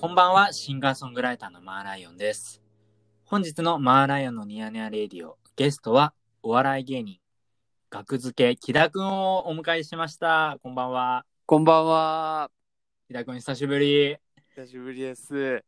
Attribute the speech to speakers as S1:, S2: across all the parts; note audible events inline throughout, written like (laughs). S1: こんばんは、シンガーソングライターのマーライオンです。本日のマーライオンのニヤニヤレディオ、ゲストはお笑い芸人、学付け、木田くんをお迎えしました。こんばんは。
S2: こんばんは。
S1: 木田くん久しぶり。
S2: 久しぶりです。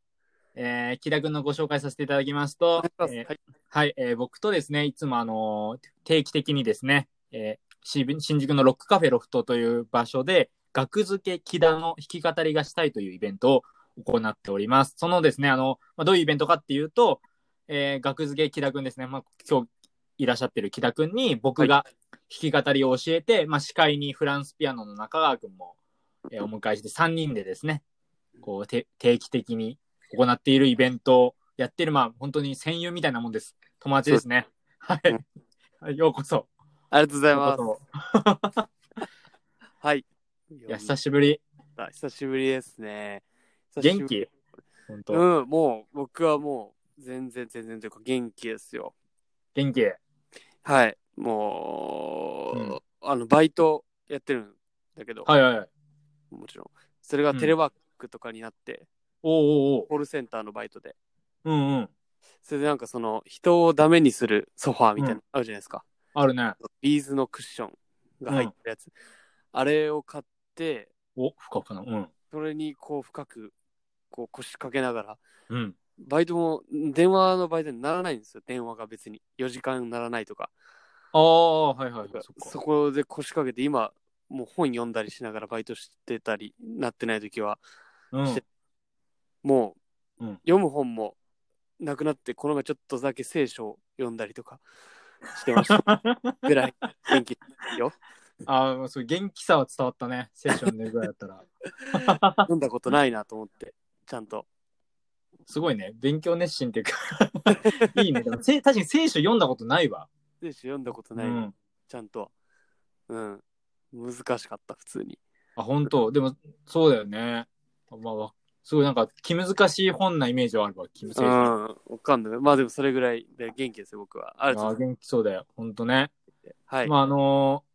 S1: えー、木田くんのご紹介させていただきますと、
S2: はい
S1: えーはい、えー僕とですね、いつもあのー定期的にですね、えーし新宿のロックカフェロフトという場所で、学付け木田の弾き語りがしたいというイベントを行っております。そのですね、あの、まあ、どういうイベントかっていうと、えー学付け木田くんですね、まあ、今日いらっしゃってる木田くんに僕が弾き語りを教えて、まあ、司会にフランスピアノの中川くんも、えーお迎えして3人でですね、こうて定期的に行っているイベントをやってる、まあ、本当に戦友みたいなもんです。友達ですね。はい
S2: うん
S1: はい。ようこそ。
S2: ありがとうございます。
S1: ようこ
S2: はい。
S1: そいや、久しぶり。
S2: 久しぶりですね。久しぶ
S1: 元
S2: り
S1: 気本当、
S2: うん、もう、僕はもう、全然全然というか元気ですよ。
S1: 元気。
S2: はい。もう、
S1: うん
S2: あの、バイトやってるんだけど、
S1: はいはいはい。
S2: もちろん。それがテレワークとかになって、
S1: おうおうおう
S2: コールセンターのバイトで。
S1: うんうん。
S2: それでなんかその、人をダメにするソファーみたいなのあるじゃないですか。
S1: あるね。
S2: ビーズのクッションが入ってるやつ。あれを買って、
S1: お、ふかふかな。うん。
S2: それにこう深くこう腰掛けながら、
S1: うん。
S2: バイトも電話のバイトにならないんですよ、電話が別に。4時間ならないとか。
S1: ああ、はいはいはい。そっ
S2: そ
S1: か。
S2: こで腰掛けて、今、もう本読んだりしながらバイトしてたり、なってない時は、
S1: うん。
S2: しもう、
S1: うん
S2: 読む本もなくなって、この前ちょっとだけ聖書を読んだりとかしてました。
S1: (laughs)
S2: ぐらい元気ですよ。
S1: ああ、そう、元気さは伝わったね。セッションでぐらいだった
S2: (laughs)
S1: ら。
S2: 読んだことないなと思って、ちゃんと。
S1: すごいね。勉強熱心っていうか。い (laughs) いね。でもせ確かに聖書読んだことないわ。
S2: 聖書読んだこと
S1: う
S2: ない、
S1: ん。
S2: ちゃんと。うん。難しかった、普通に。
S1: あ、本当でも、そうだよね。まあわ、すごいなんか、気難しい本なイメージはあるわ。気難しい。あ
S2: うん、わかんない。まあでもそれぐらいで元気ですよ、僕は。ありがとう
S1: ー
S2: ござい
S1: 元気そうだよ。本当ね。
S2: ます。はい。
S1: まあ、あのー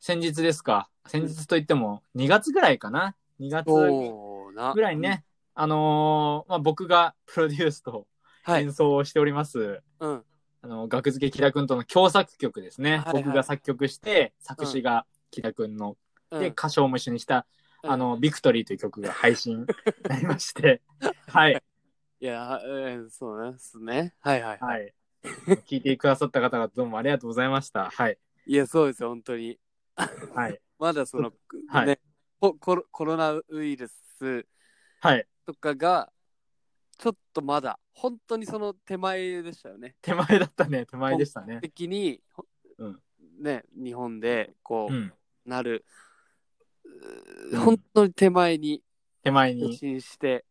S1: 先日ですか。先日といっても、2月ぐらいかな。2月ぐ
S2: そうな。
S1: らいね。あのーまあ、僕がプロデュースと
S2: うん。はい。
S1: 演奏をしております。
S2: うん。
S1: あの、学付け木田くんとの共作曲ですね。
S2: はいはい
S1: 僕が作曲して、作詞が木田くんの、
S2: うん
S1: で、歌唱も一緒にした、
S2: うん
S1: あの、ビクトリーという曲が配信になりま
S2: (laughs)
S1: して、はい、
S2: いや、えーそうなんですね。はいはいはい。
S1: はい。聞いてくださった方々どうもありがとうございました。はい、
S2: いや、そうですよ、本当に。
S1: はい、
S2: まだその、
S1: はい
S2: ねココロ、コロナウイルス
S1: はい。
S2: とかが、ちょっとまだ、本当にその手前でしたよね。
S1: 手前だった
S2: (laughs)
S1: ね、手前でしたね。
S2: 的に、ほ
S1: うん
S2: ね、日本で、こ
S1: う
S2: う、
S1: ん、
S2: なる、う
S1: う
S2: ー
S1: ん
S2: 本当に手前に、
S1: 手前
S2: 受
S1: に。
S2: 信して、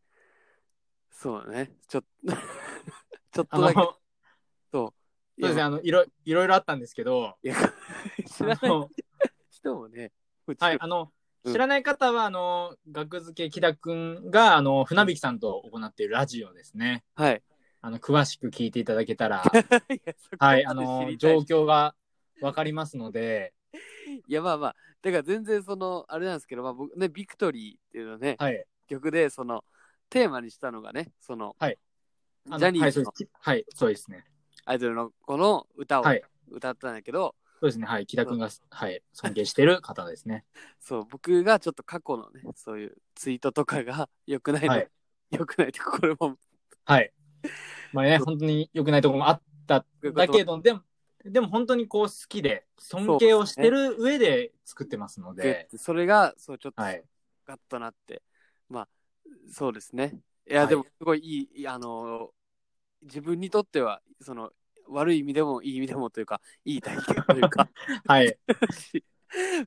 S2: そうだね。ちょっと、 (laughs) ちょっ
S1: あ
S2: と
S1: の、
S2: だけ、
S1: そう
S2: そう。
S1: ですね、あの、いろ、いろいろあったんですけど、
S2: いや、 (laughs) 知
S1: あ
S2: らない
S1: の、
S2: 人もね、
S1: はい、あの、
S2: うん
S1: 知らない方は、あの、学付け木田くんが、あの、船引さんと行っているラジオですね。
S2: はい。 (laughs)
S1: あの、詳しく聞いていただけたら、
S2: いやそこま
S1: は
S2: で
S1: い、あの
S2: 知、りたい
S1: 状況がわかりますので、
S2: いや、まあまあ、だから全然その、あれなんですけど、まあ僕ね、ビクトリーっていうのね、
S1: はい、
S2: 曲で、その、テーマにしたのがね、その、
S1: はい
S2: ジ
S1: あの
S2: ャニー
S1: はい、そ
S2: ズの
S1: うですはい、そうですね。
S2: アイドルの子の歌を
S1: はい
S2: 歌ったんだけど、
S1: そうですね、はい、木田くんが、はい、尊敬してる方ですね。
S2: そう、僕がちょっと過去のね、そういうツイートとかが良くないの、
S1: はい
S2: 良くないとこれも、
S1: はい。まあね、本当に良くないところもあっただけど、でも、でも本当にこう好きで、尊敬をしてる上で作ってますので、
S2: それが、そう、ちょっと、
S1: はい、
S2: ガッとなって、まあ、そうですね。いや、
S1: はい
S2: でも、すごいいい、いやあの、自分にとっては、その、悪い意味でもいい意味でもというか、いい体験というか、 (laughs)
S1: (laughs) はい、
S2: し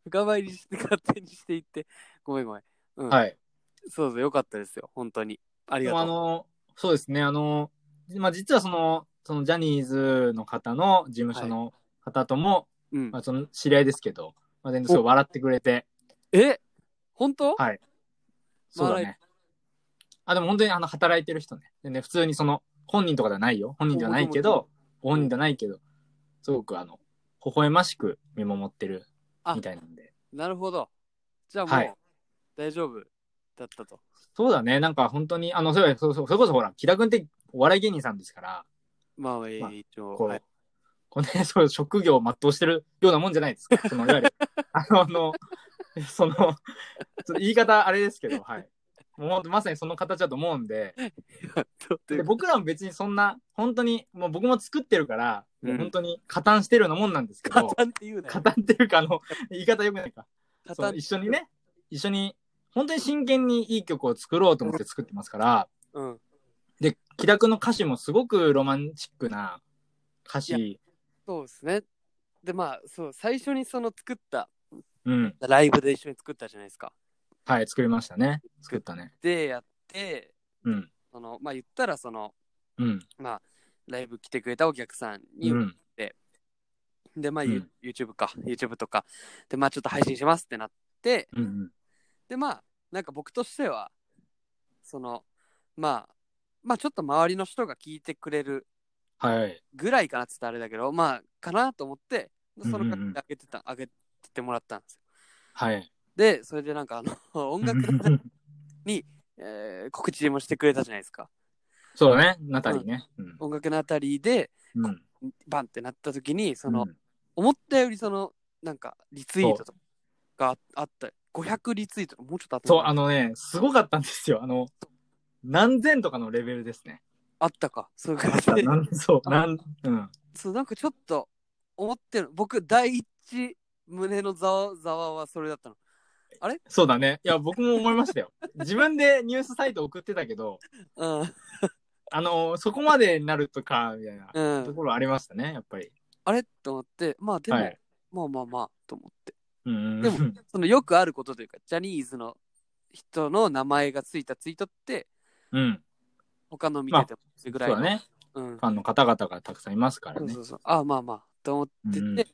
S2: 深まりして勝手にしていって、ごめんごめん。うん、
S1: はい。
S2: そうそう、よかったですよ、本当に。あり
S1: でも
S2: がとう。
S1: あの、そうですね、あの、まあ実はその、そのジャニーズの方の事務所の方とも、
S2: うん
S1: まあ、その知り合いですけど、まあ、全然すごい笑ってくれて、
S2: え本当、
S1: はいそうだ
S2: ま
S1: ね。あ、でも本当にあの、働いてる人ね。でね、普通にその、本人とかではないよ。本人ではないけど、本人ではないけど、すごくあの、微笑ましく見守ってるみたいなんで。
S2: なるほど。じゃあもう、
S1: はい
S2: 大丈夫。だったと。
S1: そうだね。なんか本当に、あの、そうそうそうそれこそほら、木田君ってお笑い芸人さんですから、
S2: まあ、え
S1: まあ
S2: ー一応、
S1: こう、
S2: はい (laughs)
S1: こうね、 (laughs) そう職業を全うしてるようなもんじゃないです
S2: (laughs)
S1: か。その、いわゆる、あの、あの (laughs) その、ちょっと言い方あれですけど、はい。もう本当まさにその形だと思うんで、
S2: とと
S1: で
S2: いう (laughs) か
S1: 僕らも別にそんな、本当に、もう僕も作ってるから、
S2: うん
S1: もう本当に加担してるようなもんなんですけ
S2: (laughs)
S1: ど、
S2: 加担っていうなよ。
S1: 加担っていうか、あの、言い方よくないか。
S2: 加
S1: その
S2: 担
S1: 一緒にね、一緒に、本当に真剣にいい曲を作ろうと思って作ってますから、
S2: うん。
S1: で、木田君の歌詞もすごくロマンチックな歌詞、
S2: そうですね。で、まあ、そう、最初にその作った、
S1: うん、
S2: ライブで一緒に作ったじゃないですか。
S1: はい、作りましたね。作ったね。
S2: で、やって、
S1: うん、
S2: その、まあ言ったら、その、
S1: うん、
S2: まあ、ライブ来てくれたお客さんに、
S1: うん、
S2: で、まあ、
S1: うん
S2: ユ YouTube か、YouTube とか、で、まあ、ちょっと配信しますってなって、
S1: うん、
S2: で、まあ、なんか僕としては、その、まあ、まあ、ちょっと周りの人が聞いてくれる
S1: はい。
S2: ぐらいかなって言ったらあれだけど、まあ、かなと思って、でそ
S1: うん
S2: の
S1: うんう
S2: 感
S1: ん
S2: じであげてた、あげてもらったんですよ。
S1: はい。
S2: で、それでなんか、あの、 (laughs) 音楽の、えー告知もしてくれたじゃないですか。
S1: (laughs) そうだね、ナタリーね。うん
S2: 音楽のあたりで、
S1: うん。
S2: バンってなった時に、その、
S1: うん
S2: 思ったよりそのなんかリツイートとかがあった500リツイートもうちょっとあった
S1: そう、あ
S2: の
S1: のね、すごかったんですよ。あの、何千とかのレベルですね。
S2: あったかそういう感じで
S1: なんそう、なん、うん。
S2: そうなんかちょっと思ってる僕第一胸のざわざわはそれだったの
S1: そうだね。いや、僕も思いましたよ。自分でニュースサイト送ってたけど、
S2: うん
S1: あの、そこまでになるとか、みたいな
S2: うん
S1: ところありましたね、やっぱり。
S2: あれと思ってまあでも、
S1: はい。
S2: まあまあまあと思って
S1: うん。
S2: でもそのよくあることというかジャニーズの人の名前がついたツイートって
S1: うん。
S2: 他の見ててもそれぐ
S1: そ
S2: ら
S1: う
S2: いの
S1: だね。
S2: うん
S1: ファンの方々がたくさんいますから
S2: そう
S1: ね
S2: そ。うそうあまあまあと思ってて、
S1: うん
S2: で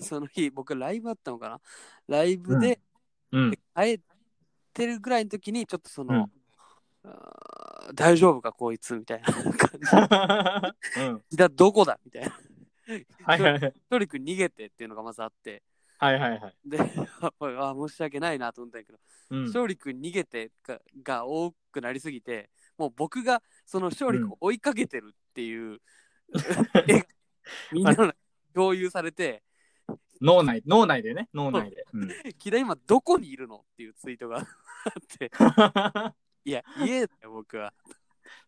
S2: その日僕ライブあったのかなライブで、 (laughs)
S1: うん。
S2: 会えてるぐらいの時にちょっとその、あー大丈夫かこいつみたいな (laughs) 感
S1: う
S2: じ
S1: ん。は
S2: だどこだみたいな。
S1: いはいはい。
S2: トリック逃げてっていうのがまずあって
S1: はいはいはい。
S2: で (laughs) あー申し訳ないなと思ったんやけど
S1: うん。
S2: 勝利君逃げてがが多くなりすぎてもう僕がその勝利君を追いかけてるっ
S1: (laughs)
S2: ていう、絵がみんなの共有されて
S1: 脳内、脳内でね、脳内で。うん、 (laughs)
S2: 「木田今どこにいるの?」っていうツイートが (laughs) あって「いや家だよ僕は」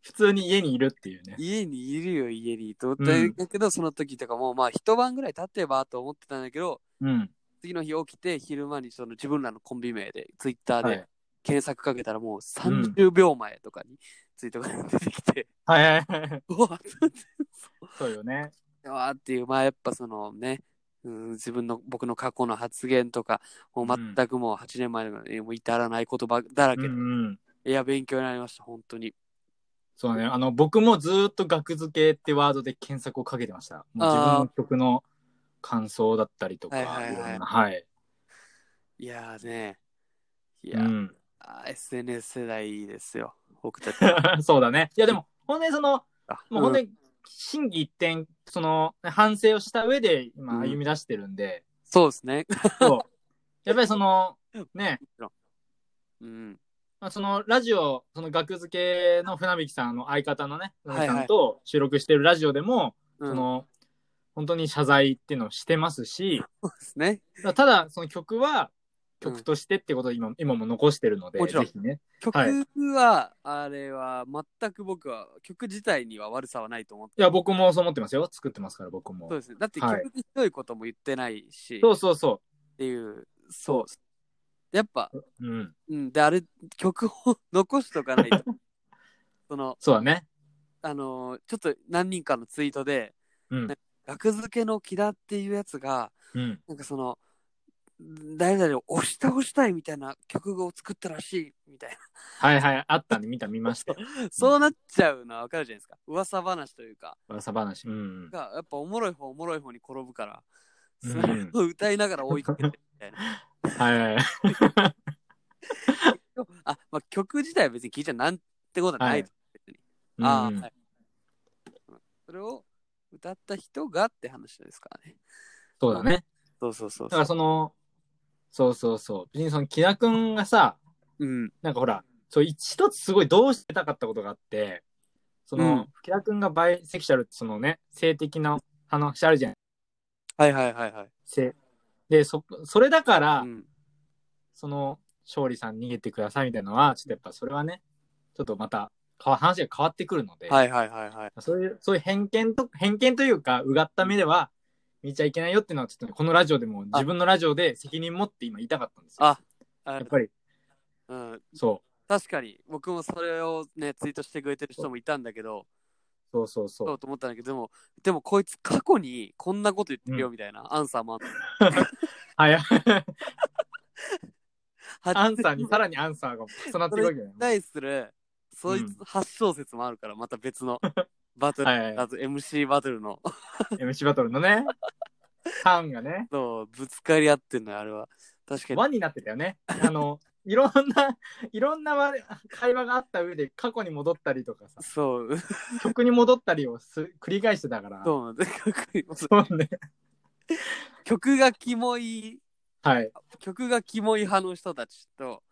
S1: 普通に家にいるっていうね。
S2: 家にいるよ家にと思っ
S1: うん
S2: だけど、その時とかもまあ一晩ぐらい経てばと思ってたんだけど
S1: うん。
S2: 次の日起きて昼間にその自分らのコンビ名でツイッター
S1: は
S2: で
S1: い。
S2: 検索かけたらもう30秒前とかにツイートが出てきて、 (laughs)
S1: はいはいはい。 (laughs)
S2: うわっ
S1: そうよね。
S2: うわーっていうまあやっぱそのねうん自分の僕の過去の発言とかもう全くもう8年前の、えーもう至らない言葉だら
S1: う
S2: け
S1: ん
S2: で、
S1: うん。
S2: いや勉強になりました本当に
S1: そうね。あの、僕もずーっと額付けってワードで検索をかけてました。もう自分の曲の感想だったりとか、
S2: はいはいはい
S1: ろんなはい。
S2: いやーねいうやー、
S1: ん。 (laughs)
S2: あー SNS 世代ですよ僕たち
S1: そうだね。いや、でも、本当にその、
S2: あ
S1: (laughs) もう本当に、心技一転、その、反省をした上で、
S2: うん
S1: 今、歩み出してるんで、
S2: そうですね。 (laughs)
S1: そう。やっぱりその、ね、
S2: うん。
S1: まあ、そのラジオ、その額付けの船引さんの相方のね、
S2: はいはい
S1: 船引さんと収録してるラジオでも、
S2: そ
S1: その、本当に謝罪っていうのをしてますし、
S2: そうですね。
S1: ただ、その曲は、
S2: うん
S1: 曲としてってことを今,、今も残してるので、
S2: もちろん
S1: ぜひね。
S2: 曲
S1: はい
S2: は、あれは、全く僕は、曲自体には悪さはないと思って。
S1: いや、僕もそう思ってますよ。作ってますから、僕も。
S2: そ
S1: そうう
S2: ですね。だって
S1: はい
S2: 曲にひどいことも言ってないし、
S1: そ
S2: っ
S1: うそうそ
S2: ていう、そう。やっぱ、
S1: う。うん。
S2: うん、で、あれ、曲を残しとか
S1: (laughs)
S2: ないと。その、
S1: そうだね。
S2: あのーちょっと何人かのツイートで、
S1: うん
S2: ね。額付けの木田っていうやつが、
S1: うん。
S2: なんかその、誰々を押し倒したいみたいな曲を作ったらしいみたいな
S1: はいはい。あったんで、見た、見ましたよ。 (laughs)
S2: そうなっちゃうのはわかるじゃないですか。噂話というか、
S1: 噂話。うん。
S2: がやっぱおもろい方おもろい方に転ぶから、
S1: うん
S2: それを歌いながら追いかけてみたいな。
S1: (laughs) はいはいはい。
S2: でもあ、まあ、曲自体は別に聞いちゃなんてことはない。
S1: は
S2: 別に
S1: うん
S2: あーはいそれを歌った人がって話ですからね。
S1: そうだね。
S2: そうそうそう
S1: だからその、そうそうそう。別にその、木田くんがさ、
S2: うん。
S1: なんかほら、そう、一つすごいどうしてたかったことがあって、その、
S2: うん
S1: 福田くんがバイセクシャルってそのね、性的な話あるじゃん。
S2: はいはいはいはい。
S1: 性。で、そ、それだから、
S2: うん、
S1: その、勝利さん逃げてくださいみたいなのは、ちょっとやっぱそれはね、ちょっとまた、かわ話が変わってくるので、
S2: はいはいはいはい。
S1: そういう、そういう偏見と、偏見というか、うがった目では、見ちゃいけないよっていうのは、ちょっとねこのラジオでも、自分のラジオで責任持って今言いたかったんですよ。
S2: あ
S1: や
S2: あ
S1: っぱり、
S2: うん、
S1: そう、
S2: 確かに僕もそれをねツイートしてくれてる人もいたんだけど
S1: そうそうそ。
S2: そううと思ったんだけどでもでもこいつ過去にこんなこと言ってるよみたいな、アンサーもあっ
S1: はい
S2: た
S1: (laughs) アンサーに、さらにアンサーが
S2: (laughs)
S1: 重なっていくわけだよね。
S2: 対するそいつ
S1: うん
S2: 発小説もあるからまた別
S1: (laughs)
S2: のバトル、
S1: はいはいはい
S2: あと MC バトルの (laughs)
S1: MC バトルのね、ターンがね、
S2: そうぶつかり合ってんのよあれは確かに
S1: 輪になってたよね。あの、いろんな、いろんなわ会話があった上で過去に戻ったりとかさ、
S2: そう
S1: 曲に戻ったりをす繰り返してたから。
S2: そうなんだ
S1: そうね。
S2: (laughs) 曲がキモい
S1: はい。
S2: 曲がキモい派の人たちと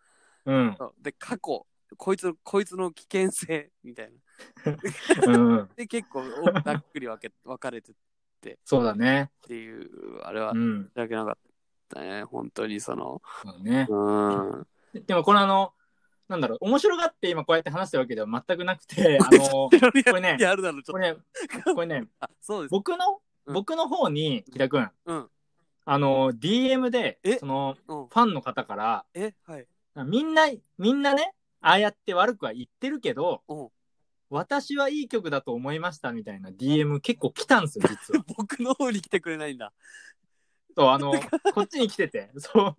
S1: うん。
S2: そうで過去こいつのこいつの危険性みたいな
S1: うん。
S2: で結構おざっくり分け (laughs) 分かれてっ
S1: そうだね。
S2: ていう (laughs) あれは
S1: う
S2: 申し
S1: ん。
S2: 訳なかったね本当にその
S1: そうだね
S2: う。ん
S1: でもこのあの、なんだろう、面白がって今こうやって話してるわけでは全くなく
S2: (laughs)
S1: て、あの、
S2: いろいろ
S1: これね
S2: やるだろちょ
S1: こ
S2: っと
S1: れ
S2: (laughs)
S1: ね、これね、
S2: あそうです
S1: 僕の、
S2: うん
S1: 僕の方に、木田くん、
S2: うん
S1: あの、DM で
S2: え、
S1: その、
S2: うん
S1: ファンの方から、
S2: えはい
S1: みんな、みんなね、ああやって悪くは言ってるけど
S2: うん、
S1: 私はいい曲だと思いましたみたいな DM 結構来たんですよ、実は。
S2: (laughs) 僕の方に来てくれないんだ
S1: そう、あの、こっちに来てて。そう。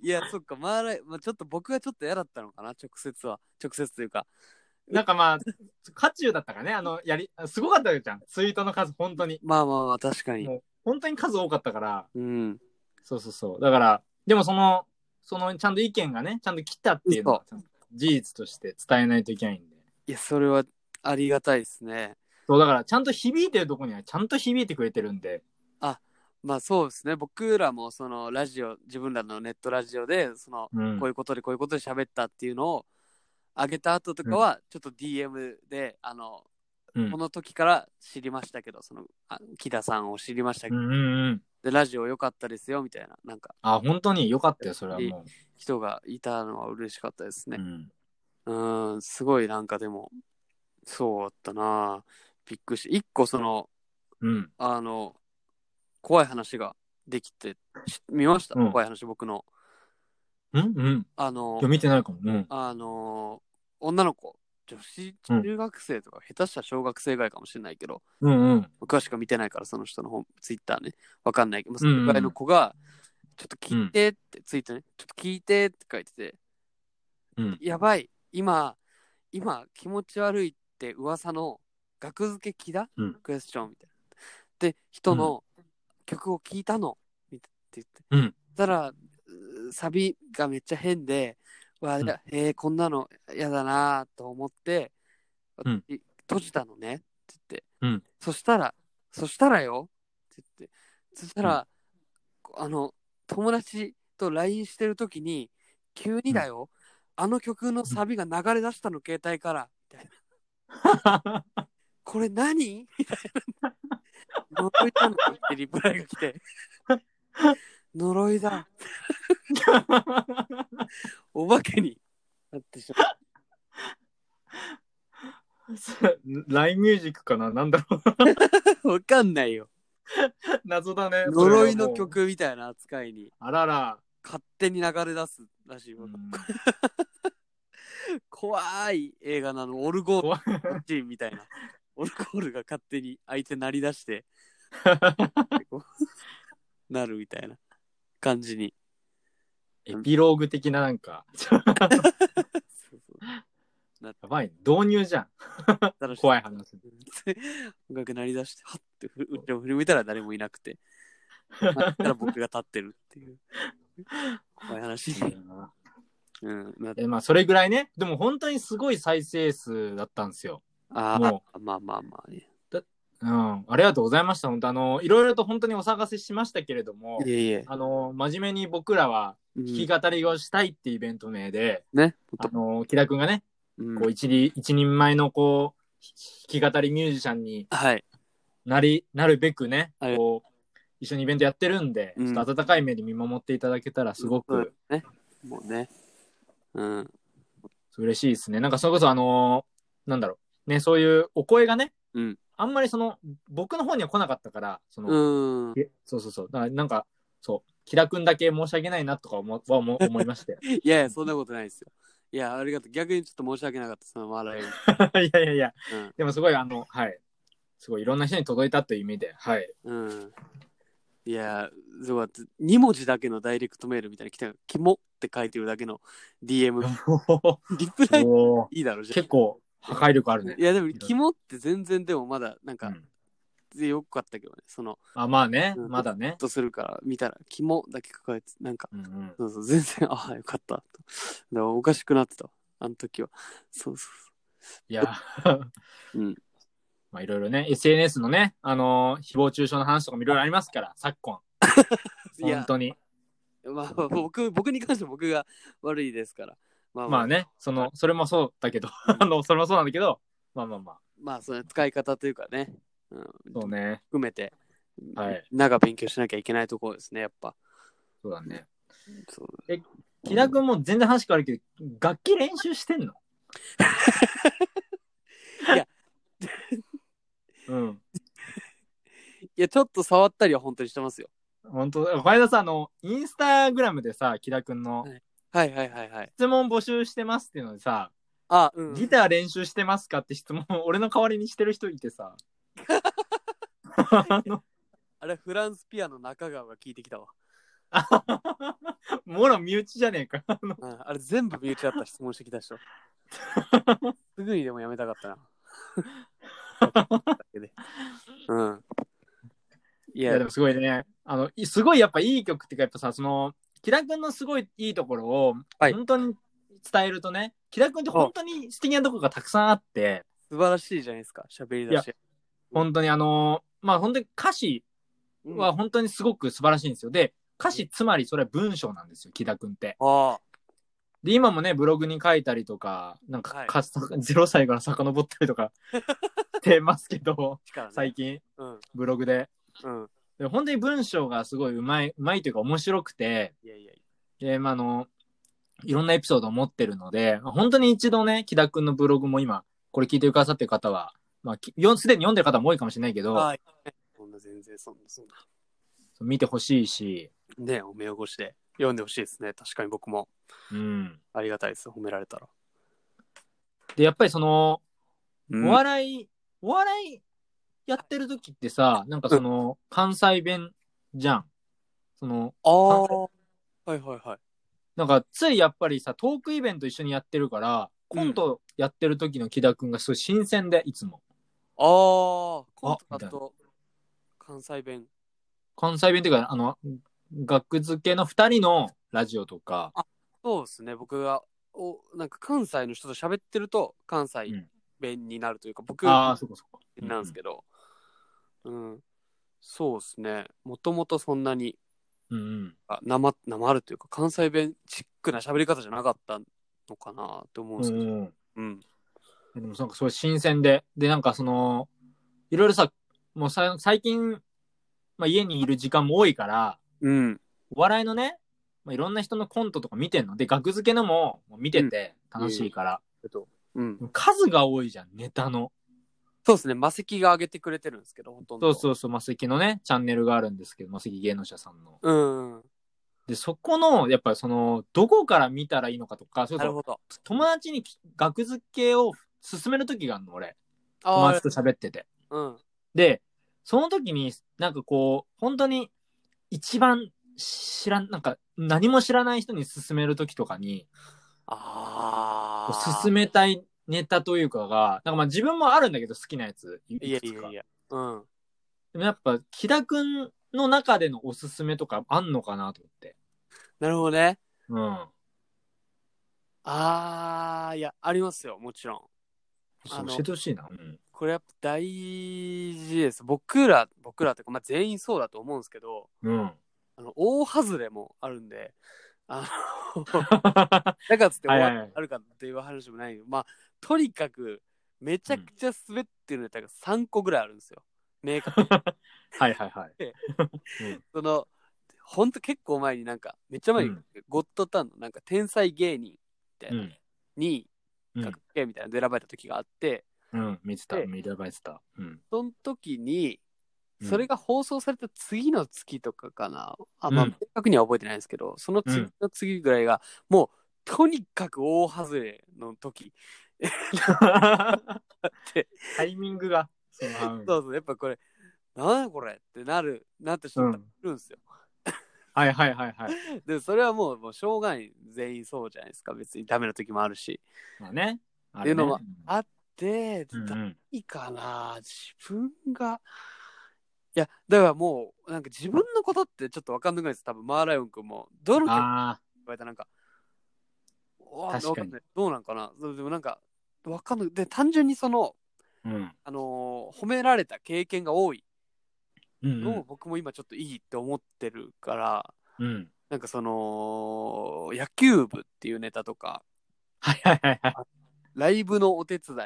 S2: いやそっかまあらまあちょっと僕はちょっと嫌だったのかな直接は直接というか
S1: なんかまあ、渦中だったからね、あの、やり、すごかったじゃん。ツイートの数、本当に。
S2: まあまあまあ確かに
S1: も本当に数多かったから、
S2: うん
S1: そうそうそう。だから、でもその、その、ちゃんと意見がね、ちゃんと来たっていうのは、事実として伝えないといけないんで。
S2: いやそれはありがたいですね
S1: そう、だから、ちゃんと響いてるとこには、ちゃんと響いてくれてるんで。
S2: まあそうですね僕らもそのラジオ自分らのネットラジオでその
S1: うん
S2: こういうことでこういうことで喋ったっていうのを上げた後とかは、ちょっと DM で、あの、
S1: うん
S2: この時から知りましたけど、その、あ木田さんを知りましたけ
S1: う
S2: ど、
S1: んうんうん。
S2: で、ラジオ良かったですよ、みたいな、なんか、
S1: あ、本当に良かったよ、それはも
S2: 人がいたのは嬉しかったです
S1: う。う
S2: ね。
S1: ん。
S2: うーん、すごいなんかでも、そうだったなびっくりして、一個その、
S1: うん。
S2: あの、怖い話ができて、し見ました、
S1: うん
S2: 怖い話、僕の。
S1: うんうん。
S2: あの
S1: いや、、見てないかも。うん。
S2: あのー女の子女子
S1: うん
S2: 中学生とか、下手したら小学生ぐらいかもしれないけど
S1: うんうん。 (laughs)
S2: 詳しくは見てないからその人の本ツイッターねわかんないけど、まあ、そ
S1: うんうん
S2: のぐらいの子が「ちょっと聞いて」って、ツイートね「ちょっと聞いて」って書いてて「
S1: うん
S2: やばい今今気持ち悪いって噂の額付け気だ、
S1: うん
S2: クエスチョン」みたいな。で人の曲を聞いたの、みたいなって
S1: う
S2: 言って、
S1: ん
S2: そしたらうーサビがめっちゃ変でわあ、
S1: うん
S2: えーこんなの嫌だなと思って、
S1: うん
S2: 私閉じたのねって言って、
S1: うん
S2: そしたらそしたらよって言ってそしたら、あの友達と LINE してる時に急にだよ、あの曲のサビが流れ出したの携帯からみたいなこれ何みたいな呪いなのかってリプライが来て呪いだお化けになってしまった。
S1: ラインミュージックかななんだろう。
S2: わかんないよ。
S1: 謎だね。
S2: 呪い
S1: それ
S2: の
S1: はもう。
S2: 曲みたいな扱いに
S1: あらら。
S2: 勝手に流れ出すらしい。
S1: うん
S2: 怖い映画なの、オルゴール
S1: 怖い
S2: のシーンみたいな。オルゴールが勝手に相手鳴り出して、こうなるみたいな感じに。
S1: エピローグ的ななんか。
S2: そうそう
S1: やばい。導入じゃん。
S2: 楽し
S1: (laughs)
S2: い
S1: 怖い話。
S2: 音楽鳴り出して、はっってふうちを振り向いたら誰もいなくて、だから僕が立ってるっていう。怖い話に、うん、な
S1: えまあ、それぐらいね。でも本当にすごい再生数だったんですよ。
S2: あ
S1: も
S2: あ、まあまあまあね。
S1: うん。ありがとうございました。本当あの、いろいろと本当にお探せしましたけれども。
S2: いえいえ。
S1: あの、真面目に僕らは
S2: うん
S1: 弾き語りをしたいってイベント名で、
S2: ね。
S1: あの、木田くんがね、
S2: うん
S1: こう一人一人前のこう、弾き語りミュージシャンに
S2: はい。
S1: なり、なるべくね、
S2: はい
S1: こう、一緒にイベントやってるんで、
S2: うん
S1: ちょっと温かい目で見守っていただけたらすごく
S2: うん。ね。もうね。うん。
S1: 嬉しいですね。なんかそれこそあのーなんだろう、ね、そういうお声がね、
S2: うん
S1: あんまりその、僕の方には来なかったから、その、
S2: うん。
S1: えそうそうそう。だからなんか、そう、キラ君だけ申し訳ないなとか思は思 (laughs) 思いまして。
S2: いやいや、そんなことないですよ。いや、ありがとう。逆にちょっと申し訳なかった、その笑いを。
S1: いやいやいや、
S2: うん
S1: でもすごい、あの、はい。すごいいろんな人に届いたという意味で、
S2: (laughs)
S1: はい。
S2: うん。いや、そうだって、2文字だけのダイレクトメールみたいに来たよ。キモって書いてるだけの DM。リプライ
S1: おー
S2: いいだろ、じゃ
S1: 結構、破壊力あるね
S2: あ。い。や、でも、キモって全然でもまだ、なんか、よかったけどね。その、
S1: あまあね、
S2: うん
S1: まだね。
S2: とするから、見たら、キモだけ書かれて、なんか、
S1: うんうん、
S2: そうそう、全然、ああ、よかった。とでもおかしくなってたわ。あの時は。そうそ
S1: いや、
S2: (laughs) うん
S1: まあいろいろね、SNS のね、あのー誹謗中傷の話とかもいろいろありますから、昨今。
S2: うそう。いや
S1: 本、当に。
S2: (laughs) まあ、僕、僕に関しては僕が悪いですから。まあ、
S1: まあ。ね、その、それもそうだけど、あの、それもそうなんだけど、まあまあまあ、
S2: まあ、その使い方というかね。うん、
S1: そうね、
S2: 含めて、
S1: はい、
S2: 長勉強しなきゃいけないところですね、やっぱ。
S1: そうだね。
S2: そう
S1: 木田君も全然話変わるけど、楽器練習してんの
S2: (laughs) いや。
S1: (laughs) うん。
S2: いや、ちょっと触ったりは本当にしてますよ。
S1: 本当この間さ、あの、インスタグラムでさ、木田君の
S2: はいはいはいはいはい。
S1: 質問募集してますっていうのでさ、
S2: あ、うん。
S1: ギター練習してますかって質問 (laughs) を俺の代わりにしてる人いて
S2: (laughs)
S1: さ。あの (laughs)
S2: あれ、フランスピアの中川が聞いてきたわ。
S1: もろ身内じゃねえか。あの
S2: うん、あれ、全部身内だった質問してき
S1: (laughs)
S2: た人。すぐにでもやめたかったな。だけでうん。い
S1: い
S2: や、
S1: や、でもすごいね。あの、いすごいやっぱいい曲っていうか、やっぱさ、その、キラ君のすごいいいところを、
S2: はい
S1: 本当に伝えるとね、キラ君って本当に素敵なところがたくさんあって、
S2: 素晴らしいじゃないですか、喋り出し。
S1: 本当にあのーまあ本当に歌詞
S2: うん
S1: は本当にすごく素晴らしいんですよ。で、歌詞つまりそれは文章なんですよ、キラ君って。
S2: ああ、
S1: で、今もね、ブログに書いたりとか、なんか、
S2: はい
S1: か0歳 (laughs) から遡ったりと
S2: (laughs)
S1: かしてますけど、
S2: 力ね。
S1: 最近、
S2: うん、
S1: ブログで。
S2: うん。
S1: で本当に文章がすごいうまい、うまいというか面白くて、
S2: いやいやい
S1: で、まあ、あの、いろんなエピソードを持ってるので、まあ本当に一度ね、木田くんのブログも今、これ聞いてくださってる方は、まあ、きよすでに読んでる方も多いかもしれないけ
S2: や。
S1: ど、
S2: はい。そんな全然そんな、そんな。
S1: 見てほしいし、
S2: ねえお目汚しで読んでほしいですね。確かに僕も
S1: うん。
S2: ありがたいです。褒められたら。
S1: で、やっぱりその、
S2: うん
S1: お笑い、お笑いやってる時ってさ、なんかその、関西弁じゃん。その、
S2: ああ。はいはいはい。
S1: なんかついやっぱりさ、トークイベント一緒にやってるから、コントやってる時の木田くんがすごい新鮮で、いつも。
S2: ああ。コント
S1: みた
S2: だ
S1: いな
S2: と関西弁。
S1: 関西弁っていうか、あの、学付けの二人のラジオとか、
S2: そうですね。僕が、お、なんか関西の人と喋ってると関西弁になるというか、僕
S1: あ
S2: な
S1: あ、そこそこ。
S2: んですけど。うん。そうですね。もともとそんなに、
S1: うんうん。
S2: あなま、なまるというか、関西弁チックな喋り方じゃなかったのかなと思うん
S1: う
S2: ですけど。
S1: んうん。
S2: うん。
S1: でもなんかすごい新鮮で、で、なんかその、いろいろさ、もうさ最近、まあ、家にいる時間も多いから、
S2: うん。
S1: お笑いのね、まあ、いろんな人のコントとか見てんの。で、額付けのも見てて楽しいから。
S2: えっと、うん。
S1: 数が多いじゃん、ネタの。
S2: そうですね、魔石が上げてくれてるんですけど、ほと
S1: そ
S2: んど。
S1: うそうそう、マセキのね、チャンネルがあるんですけど、マセキ芸能者さんの。
S2: う。うん。
S1: で、そこの、やっぱその、どこから見たらいいのかとか、それ
S2: な
S1: こ
S2: る
S1: そ
S2: ほど。
S1: 友達に額付けを勧める時があるの、俺。友
S2: あ
S1: 達と喋ってて。
S2: あ、うん。
S1: で、その時になんかこう、本当に一番知らん、なんか何も知らない人に勧める時とかに、
S2: あ
S1: こ
S2: あ。
S1: う勧めたいネタというかが、なんかまあ自分もあるんだけど好きなやつ。い
S2: いや
S1: く
S2: い
S1: つか
S2: やいや。うん。
S1: でもやっぱ、木田くんの中でのおすすめとかあんのかなと思って。
S2: なるほどね。
S1: うん。
S2: ああ、いや、ありますよ、もちろん。
S1: そ
S2: あ
S1: う
S2: の
S1: 教えてほしいな。うん。
S2: これやっぱ大事です。僕ら、 (laughs) 僕らというか、まあ、全員そうだと思うんですけど、
S1: うん。
S2: あの、大外れもあるんで、あのだからっつって終
S1: はいはい
S2: わ
S1: はい
S2: あるかっていう話もないよ。まあ、とにかく、めちゃくちゃ滑ってるネタが3個ぐらいあるんですよ。明確に。
S1: はいはいはい。
S2: その、 (laughs) ほんと結構前になんか、めっちゃ前に、
S1: うん
S2: ゴッドタンのなんか、天才芸人
S1: うん。
S2: に、
S1: うん
S2: 格付けみたいなので選ばれた時があって、
S1: うん。見てた。
S2: で
S1: 見てばれてた。うん。
S2: その時に、
S1: うん
S2: それが放送された次の月とかかな。あ、まあ、
S1: うん
S2: 明確には覚えてないんですけど、その次の次ぐらいが、もう、とにかく大外れの時。て
S1: タイミングが。その
S2: そうそう、やっぱこれ、なんだこれってなる、なってし
S1: う
S2: ま
S1: ん
S2: っ。るんですよ。
S1: はいはいはいはい。
S2: で、それはもう、もう、しょうがない。全員そうじゃないですか。別にダメな時もあるし。
S1: まあね。っ
S2: っていうのも
S1: あれ
S2: で、
S1: ねうんうん
S2: いいかな自分が。いや、だからもう、なんか自分のことってちょっとわかんなくないです。多分、マーライオン君も、どの曲言
S1: あ
S2: われたらなんか、おー
S1: 確かに
S2: わんないどうなんかなそうでもなんか、わかんない。で、単純にその、
S1: あ。うん。
S2: あのー褒められた経験が多い
S1: うんう
S2: のを
S1: ん。
S2: 僕も今ちょっといいって思ってるから、
S1: うん。
S2: なんかその、野球部っていうネタとか、
S1: はいはいはいはい。
S2: ライブのお手伝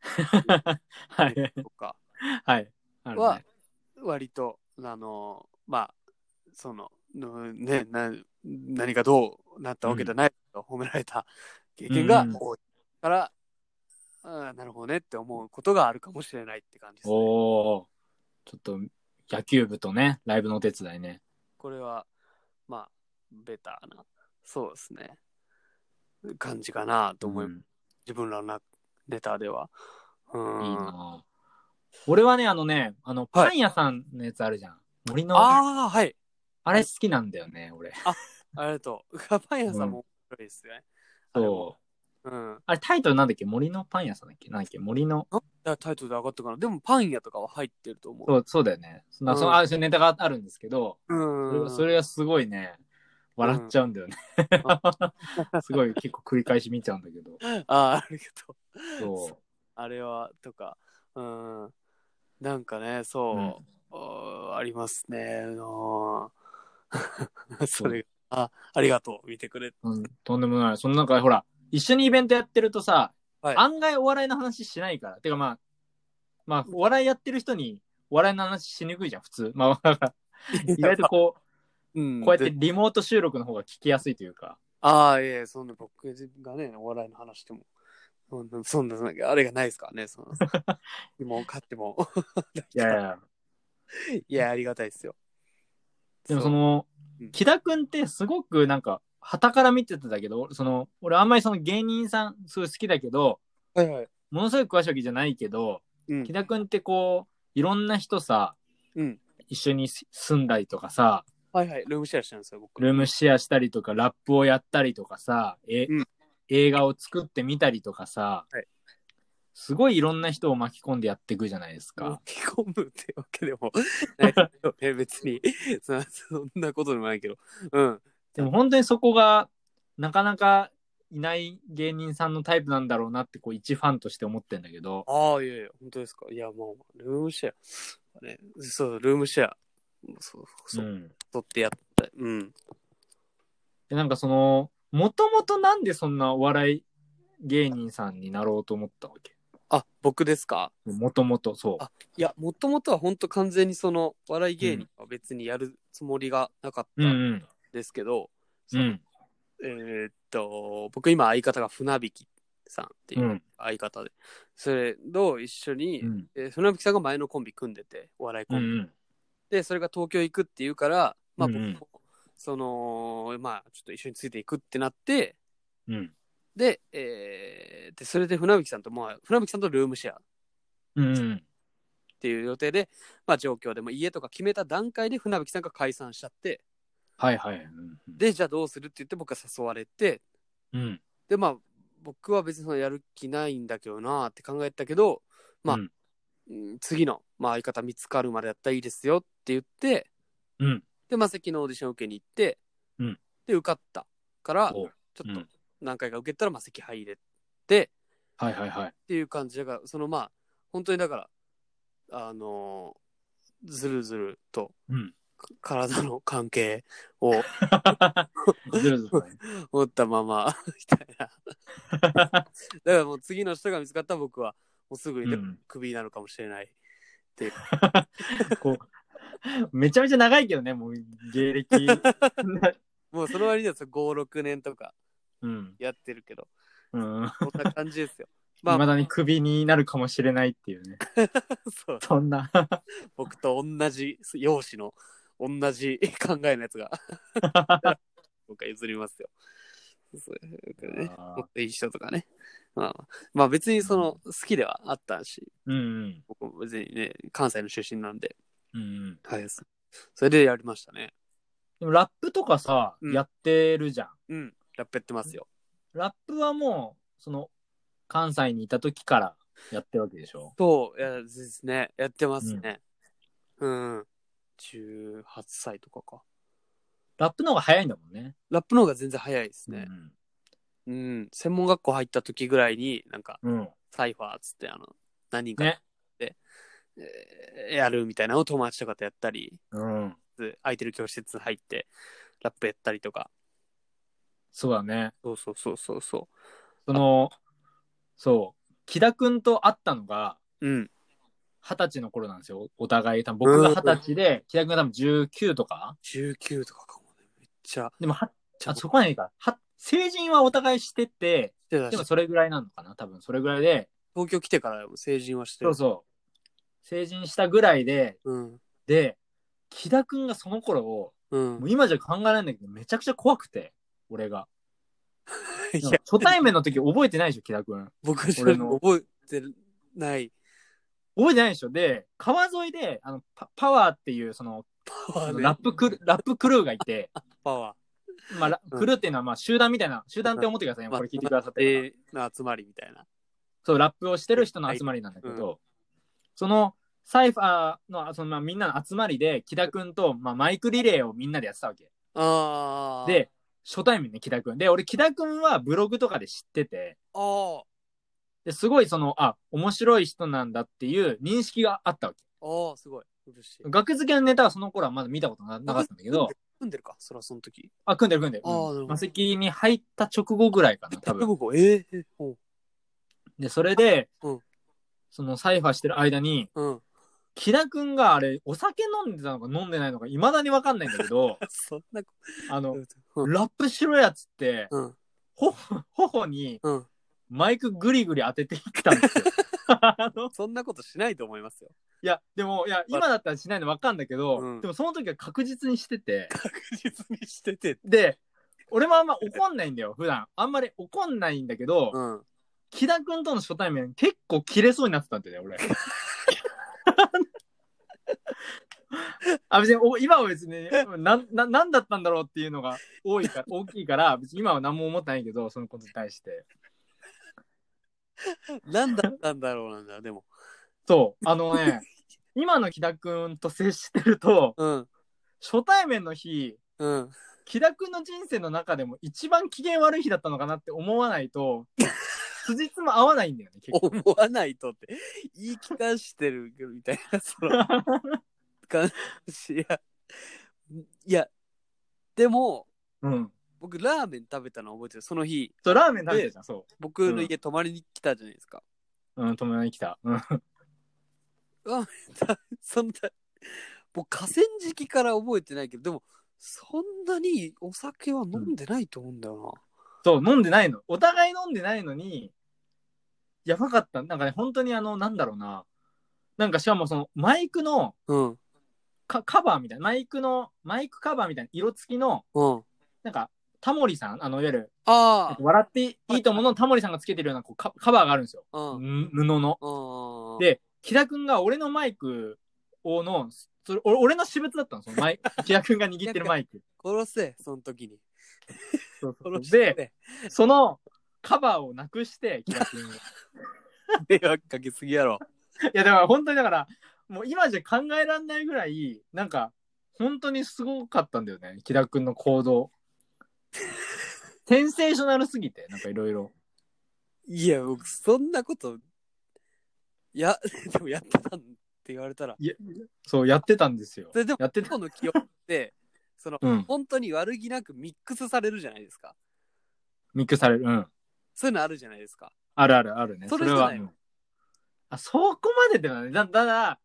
S1: はいい。
S2: とか
S1: はい。あるね
S2: は、割と、あの、まあ、その、うんね、な何がどうなったわけじゃないと褒められた経験が多いから、ああなるほどねって思うことがあるかもしれないって感じですね。
S1: おお。ちょっと野球部とね、ライブのお手伝いね。
S2: これは、まあ、ベターな、そうですね、感じかなと思い、
S1: うん
S2: 自分らのなネタでは。うん。
S1: いいなぁ俺はね、あのね、あの、パン屋さんのやつあるじゃん。森の、あ
S2: ああ、はい。
S1: れ好きなんだよね、俺。
S2: ありがとう。パン屋さんも面白いですよね。あれも
S1: そう。
S2: うん。
S1: あれタイトルなんだっけ森のパン屋さんだっけなんだっけ森の。
S2: だからタイトルで上がったかな。でもパン屋とかは入ってると思う。
S1: そう、そうだよね。そんな、
S2: うん
S1: そのあそういうネタがあるんですけど、それ
S2: う
S1: が
S2: ん。
S1: それがすごいね、笑っちゃうんだよね。 (laughs) すごい結構繰り返し見ちゃうんだけど。
S2: ああ、ありがとう。
S1: そ。
S2: あれは、とか。うん。なんかね、そうう。
S1: うん
S2: あーありますね。あのー (laughs) それあ、ありがとう。見てくれ。
S1: うん、とんでもない。そのなんか、ほら、一緒にイベントやってるとさ、
S2: はい
S1: 案外お笑いの話しないから。てかまあ、まあ、お笑いやってる人に、お笑いの話しに (laughs) くいじゃん、普通。まあ、意外とこ
S2: うん
S1: う、こうやって
S2: で
S1: リモート収録の方が聞きやすいというか。
S2: ああ、いえ、そんな僕がね、お笑いの話でも。そんな、そんな、そんなあれがないですからね。そ
S1: (laughs)
S2: のもう買っても。
S1: いやいや、
S2: いや、ありがたいですよ。
S1: でもその
S2: うん、
S1: 木田くんってすごくなんか、旗から見てたんだけど、その、俺あんまりその芸人さん、すごい好きだけど、
S2: そう、はいはい。
S1: ものすごい詳しいわけじゃないけど、
S2: うん
S1: 木。田くんってこう、いろんな人さ、
S2: うん
S1: 一緒に住んだりとかさ、
S2: はいはい。ルームシェアしたんですよ、僕。
S1: ルームシェアしたりとか、ラップをやったりとかさ、え
S2: うん
S1: 映画を作ってみたりとかさ、
S2: はい
S1: すごいいろんな人を巻き込んでやっていくじゃないですか。
S2: 巻き込むってわけでもないです
S1: (laughs)
S2: よね、別に。そそんなことでもないけど。うん。
S1: でも本当にそこが、なかなかいない芸人さんのタイプなんだろうなって、こう、一ファンとして思ってんだけど、
S2: ああ、いやいや、本当ですか。いや、もう、ルームシェア。ね、そう、ルームシェア。そう、
S1: う
S2: そう、
S1: ん。
S2: 取ってやった。うん。
S1: で、なんかその、もともとなんでそんなお笑い芸人さんになろうと思ったわけ
S2: あ、僕ですか
S1: もともと、そう。
S2: あいや、もともとは本当完全にその、笑い芸人は別にやるつもりがなかっ
S1: うんう
S2: たん
S1: ん。
S2: ですけど、
S1: う
S2: その
S1: ん。。
S2: えーっと、僕今相方が船引さんっていううん相方で、それと一緒に、
S1: うん。
S2: えー船引さんが前のコンビ組んでて、お笑いコ
S1: う
S2: ンビ。
S1: ん。
S2: で、それが東京行くっていうから、まあ
S1: う
S2: 僕
S1: ん
S2: も、
S1: うん
S2: その、まあちょっと一緒についていくってなって、
S1: うん。
S2: で、えーで、それで船引さんと、まあ船引さんとルームシェアっ
S1: うん。うん。
S2: ていう予定で、まあ状況でも家とか決めた段階で船引さんが解散しちゃって、
S1: はいはい。うん
S2: で、じゃあどうするって言って僕が誘われて、
S1: うん。
S2: でまあ僕は別にそのやる気ないんだけどなーって考えてたけど、まあ
S1: うん
S2: うん次の、まあ、相方見つかるまでやったらいいですよって言って
S1: うん。
S2: でマセキのオーディション受けに行って、
S1: うん
S2: で受かったからちょ
S1: お
S2: っ
S1: う
S2: と
S1: ん
S2: 何回か受けたらマセキ入れて
S1: はいはいはい。
S2: っていう感じだからそのまあ本当にだからあの (laughs) ーずるずると
S1: うん。
S2: 体の関係を
S1: ずるずる。
S2: 思ったまま、みたいな。
S1: (laughs)
S2: だからもう次の人が見つかったら僕は、もうすぐにで
S1: うん
S2: クビなのかもしれない。
S1: こう、めちゃめちゃ長いけどね、もう芸歴。
S2: もうその割にはさ5、6年とか
S1: うん。
S2: やってるけど、
S1: うん。
S2: こんな感
S1: (laughs)
S2: じですよ。
S1: まだにクビになるかもしれないっていうね。
S2: (laughs) そう
S1: そんな。
S2: 僕と同じ容姿の同じ考えのや
S1: (laughs)
S2: つが僕は譲りますよ。そうだからね、
S1: あー
S2: もっといい人とかね。まあ、まあ別にその好きではあったし、
S1: うんうん。
S2: 僕も別にね、関西の出身なんで、
S1: うんうん。
S2: はい、そそれでやりましたね。
S1: でもラップとかさ、
S2: うん
S1: やってるじゃん。
S2: うん、ラップやってますよ。
S1: ラップはもう、その、関西にいた時からやってるわけでしょ。
S2: そう、いやですね、やってますね。うん、18歳とかか。
S1: ラップの方が早いんだもんね。
S2: ラップの方が全然早いですね。
S1: うん
S2: うん、専門学校入った時ぐらいに、なんか、
S1: うん。
S2: サイファーっつって、あの、何人か
S1: ね。
S2: えーやるみたいなのを友達とかとやったり、
S1: うん。
S2: 空いてる教室入って、ラップやったりとか。
S1: そうだね。
S2: そうそうそうそうそ
S1: その、そう。木田くんと会ったのが、
S2: う。うん。
S1: 二十歳の頃なんですよ。お互い。多分僕が二十歳で、木田くんが多分19とか
S2: 19とかかもね。めっちゃ、
S1: でもは、あ、そこまでいいか。は、成人はお互いしてて、
S2: してたし
S1: でもそれぐらいなのかな多分それぐらいで、
S2: 東京来てから成人はして
S1: そう
S2: る。
S1: そう。成人したぐらいで、
S2: うん。
S1: で、木田くんがその頃を、
S2: うん
S1: も。う今じゃ考えられないんだけど、めちゃくちゃ怖くて、俺が。
S2: い
S1: なん
S2: や
S1: か、初対面の時覚えてないでしょ、木田くん。
S2: 僕じゃ
S1: 俺の
S2: 覚えてない。
S1: 覚えてないでしょ。で、川沿いで、あの、パパワーっていう、その、
S2: パワーね
S1: ラップクル、ラップクルーがいて、
S2: パワ
S1: まあラ、
S2: うん
S1: クルーっていうのは、まあ、集団みたいな、集団って思ってくださいよ。
S2: まあ
S1: これ聞いてくださってる方
S2: ー。の集まりみたいな。
S1: そう、ラップをしてる人の集まりなんだけど、その、サイファーの、その、まあ、みんなの集まりで、木田くんと、まあ、マイクリレーをみんなでやってたわけ。
S2: ああ。、
S1: で、初対面ね、木田くん。で、俺、木田くんはブログとかで知ってて、
S2: ああ。
S1: ですごいその、あ、面白い人なんだっていう認識があったわけ。
S2: ああ、すごい。嬉しい。
S1: 学付けのネタはその頃はまだ見たことななかったんだけど、
S2: 組んでるか、それはその時。
S1: あ、組んでる組んでる。
S2: あーなるほど
S1: マセキに入った直後ぐらいかな、多分。
S2: 僕えええほう
S1: で、それで、
S2: うん
S1: そのサイファーしてる間に、
S2: うん。 (laughs)
S1: 木田くんがあれ、お酒飲んでたのか飲んでないのか、未だにわかんないんだけ
S2: (laughs)
S1: ど、
S2: そんなこ
S1: あの、
S2: と。
S1: ラップしろやつって、
S2: うん。
S1: ほ、頬に
S2: うん。
S1: マイクグリグリ当ててきたん
S2: (laughs)
S1: ですよ。あの
S2: そんなことしないと思
S1: (laughs)
S2: いますよ。
S1: いや、でも、いや、今だったらしないのわかんだけど、
S2: うん
S1: でもその時は確実にしてて、
S2: 確実にしてて。
S1: で、俺もあんま怒んないんだよ、普段。あんまり怒んないんだけど、
S2: うん。
S1: 木田くんとの初対面結構切れそうになってたんだよね、俺。あ別にお今は別になんななんだったんだろうっていうのが多いから (laughs) 大きいから別に今は何も思ってないけどそのことに対して
S2: なんだったんだろうなんだ、でも。
S1: そうあのね今の木田くんと接してると
S2: うん。
S1: 初対面の日
S2: うん。
S1: 木田くんの人生の中でも一番機嫌悪い日だったのかなって思わないと辻褄合わないんだよね結構
S2: 思わないとって、言い聞かしてるみたいな、そ
S1: (laughs)
S2: の感じ。いや、いや、でも、
S1: うん
S2: 僕、ラーメン食べたの覚えてる。その日、
S1: そうラーメン食べてたじゃんそ
S2: 僕の家泊まりに来たじゃないですか。 (laughs)
S1: ううん友達に来たうん
S2: そんな、もう河川敷から覚えてないけど、でも、そんなにお酒は飲んでないと思うんだよ
S1: そう、飲んでないの。お互い飲んでないのに、やばかった。なんかね、本当にあの、なんだろうな。なんかしかもその、マイクの
S2: な。うん。
S1: カカバーみたいな、マイクの、マイクカバーみたいな色付きの、
S2: うん。
S1: なんか、タモリさん、あの、いわゆる、
S2: あ
S1: 笑っていいとものタモリさんがつけてるようなこうカカバーがあるんですよ。
S2: あ。うん。
S1: ん布の。
S2: うん。
S1: で、木田くんが俺のマイクをの、それ俺俺の私物だったの、そのマイク。木田くんが握ってるマ (laughs) イク。
S2: 殺せ、その時に。
S1: そうそう
S2: 殺
S1: そう
S2: して
S1: で、、そのカバーをなくして、木田くんが。
S2: 迷惑かけすぎやろ。
S1: いや、だから本当にだから、もう今じゃ考えられないぐらい、なんか、本当にすごかったんだよね、木田くんの行
S2: (laughs)
S1: 動。センセーショナルすぎて、なんかいろいろ。
S2: いや、僕、そんなこと、いや、 (laughs) でもやってたんって言われたら。
S1: そう、やってたんですよ
S2: そ。れでも、
S1: やってた
S2: 過去の記憶って、その、
S1: うん。
S2: 本当に悪気なくミックスされるじゃないですか。
S1: ミックスされる。うん。
S2: そういうのあるじゃないですか。
S1: あるあるあるね。
S2: そ
S1: そ
S2: れ
S1: れは。
S2: じゃないの
S1: うんあ、そこまでではない。だだだ、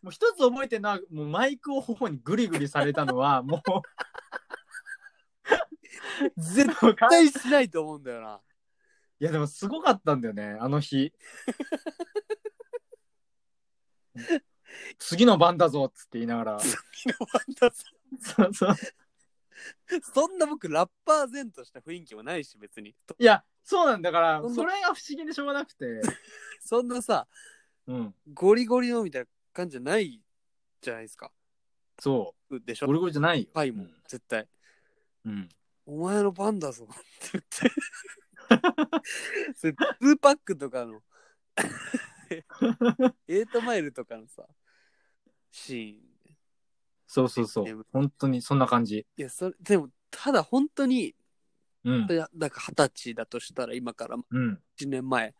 S1: もう一つ覚えてるのは、もうマイクを頬にグリグリされたのは、もう。
S2: (laughs) 絶
S1: もうか
S2: 対しないと思うんだよな。
S1: いや、でもすごかったんだよね、あの (laughs) 日。次の番だぞっつって言いながら。そうそう。
S2: そんな僕、ラッパー前とした雰囲気もないし、別に。
S1: (laughs) いや、そうなんだから
S2: そん、な
S1: それが不思議でしょうがなくて。 (laughs)
S2: そんなさ、
S1: うん。
S2: ゴリゴリのみたいな感じじゃないじゃないですか。
S1: そう
S2: でし
S1: う。
S2: ょ
S1: ゴリゴリじゃないよ。
S2: パイも、絶対。
S1: うん。うん。
S2: お前の番だぞ。絶対。それツーパックと
S1: (laughs)
S2: かの、エイトマイルとかのさ、シーン。
S1: そうそうそう。本当にそんな感じ。
S2: いや、それ、でも、ただ本当に、
S1: うん。
S2: だだから二十歳だとしたら、今から
S1: うん。
S2: 1年前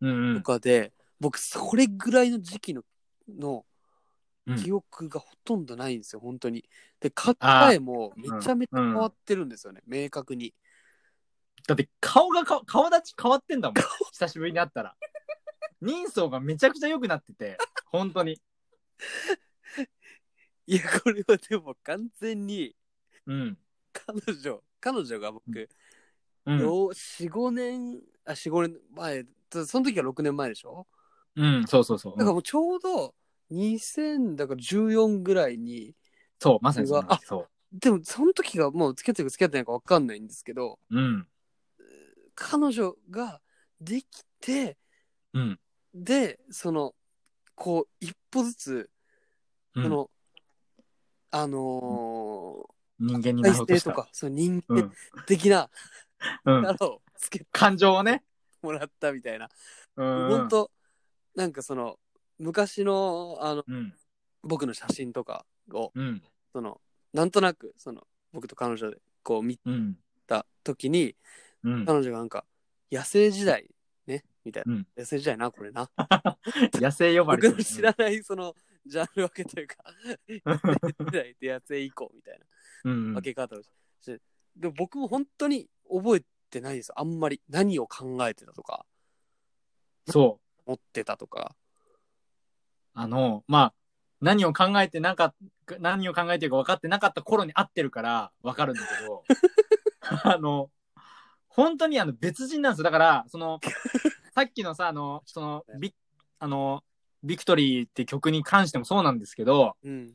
S1: うんう
S2: と
S1: ん。
S2: かで、僕、それぐらいの時期の、の
S1: うん
S2: 記憶がほとんどないんですよ、本当に。で、考えもめちゃめちゃ変わってるんですよね、明確に。
S1: だって顔がか顔立ち変わってんだもん。久しぶりに会った (laughs) ら。人相がめちゃくちゃ良くなってて、本当に。
S2: いや、これはでも完全に、
S1: うん。
S2: 彼女、彼女が僕、
S1: うん。
S2: よう4、5年、あ、4、5年前、その時は6年前でしょ
S1: うん、そうそうそう。
S2: だからもうちょうど2014ぐらいに、
S1: そう、まさにそう
S2: あ
S1: そ
S2: でもその時がもう付き合ってるか付き合ってないか分かんないんですけど、
S1: う。うん。
S2: 彼女ができて
S1: うん。
S2: でそのこう一歩ずつ
S1: う
S2: そ
S1: ん、
S2: の、あの
S1: 人間に
S2: ー、
S1: な
S2: 体
S1: ろうと
S2: 制
S1: し
S2: と
S1: た。
S2: かその人
S1: う
S2: 間
S1: ん。
S2: 的な
S1: うん。
S2: 力をつけて
S1: 感情をね。
S2: もらったみたいな、
S1: うん。
S2: ほんとなんかその昔のあの
S1: うん。
S2: 僕の写真とかを
S1: うん。
S2: そのなんとなくその僕と彼女でこう見
S1: うん。
S2: た時に
S1: うん。
S2: 彼女がなんか野生時代ねみたいな、
S1: うん
S2: 野生時代なこれな
S1: 野生呼ばれて
S2: 僕の
S1: る
S2: 知らないそのジャンル分けというか (laughs) 時代で野生以降みたいな
S1: うん。
S2: 分け方をして、でも僕も本当に覚えてないですあんまり何を考えてたとか
S1: そう。
S2: 持ってたとか
S1: あの、まあ、何を考えてなかっ何を考えてるか分かってなかった頃に会ってるから分かるんだけ (laughs) ど、あの、本当にあの別人なんですよ。だから、そ (laughs) の、さっきのさ、あの、その、ビあの、ビクトリーって曲に関してもそうなんですけど、
S2: うん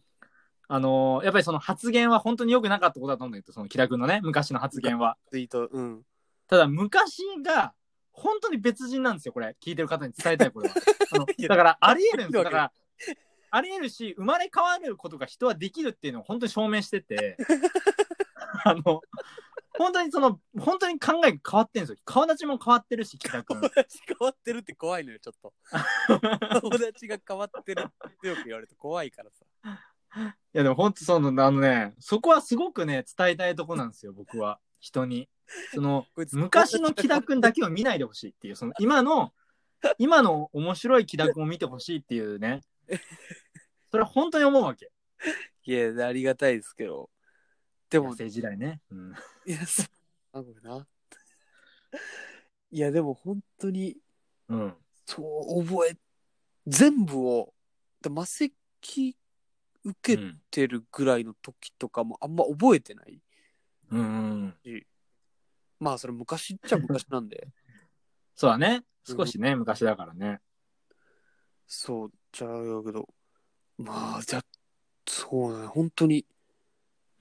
S1: あの、やっぱりその発言は本当に良くなかったことだと思うんだけど、その、キラ君のね、昔の発言は。
S2: ツイートうん (laughs)
S1: ただ、昔が、本当に別人なんですよ、これ。聞いてる方に伝えたい、これは。あの
S2: いや
S1: だから、あり得るんですよ。
S2: いいわ
S1: だ
S2: け
S1: から、あり得るし、生まれ変わることが人はできるっていうのを本当に証明してて、あの、本当にその、本当に考えが変わってるんですよ。顔立ちも変わってるし、北君
S2: 友。達変わってるって怖いのよちょっ
S1: (laughs)
S2: と友達が変わってるって強く言われると怖いからさ
S1: いや、でも本当その、あのね、そこはすごくね、伝えたいとこなんですよ、僕は。人に。その、
S2: こいつ
S1: 昔の木田くんだけを見ないでほしいっていう、その今 (laughs) の、今の面白い木田くんを見てほしいっていうね。それは本当に思うわけ。
S2: いやありがたいですけどでも
S1: 学生時代ね。うん。
S2: いや、そう。あ、ごめんな。いや、でも本当に、
S1: うん。
S2: そう、覚え、全部を、で魔石受
S1: う
S2: け
S1: ん
S2: てるぐらいの時とかもあんま覚えてない。
S1: うんうん。
S2: まあ、それ昔っちゃ昔なんで。
S1: そうだね。少しね、昔だからね。
S2: そう、じゃあ、だけど。まあ、じゃあ、そうだね、本当に。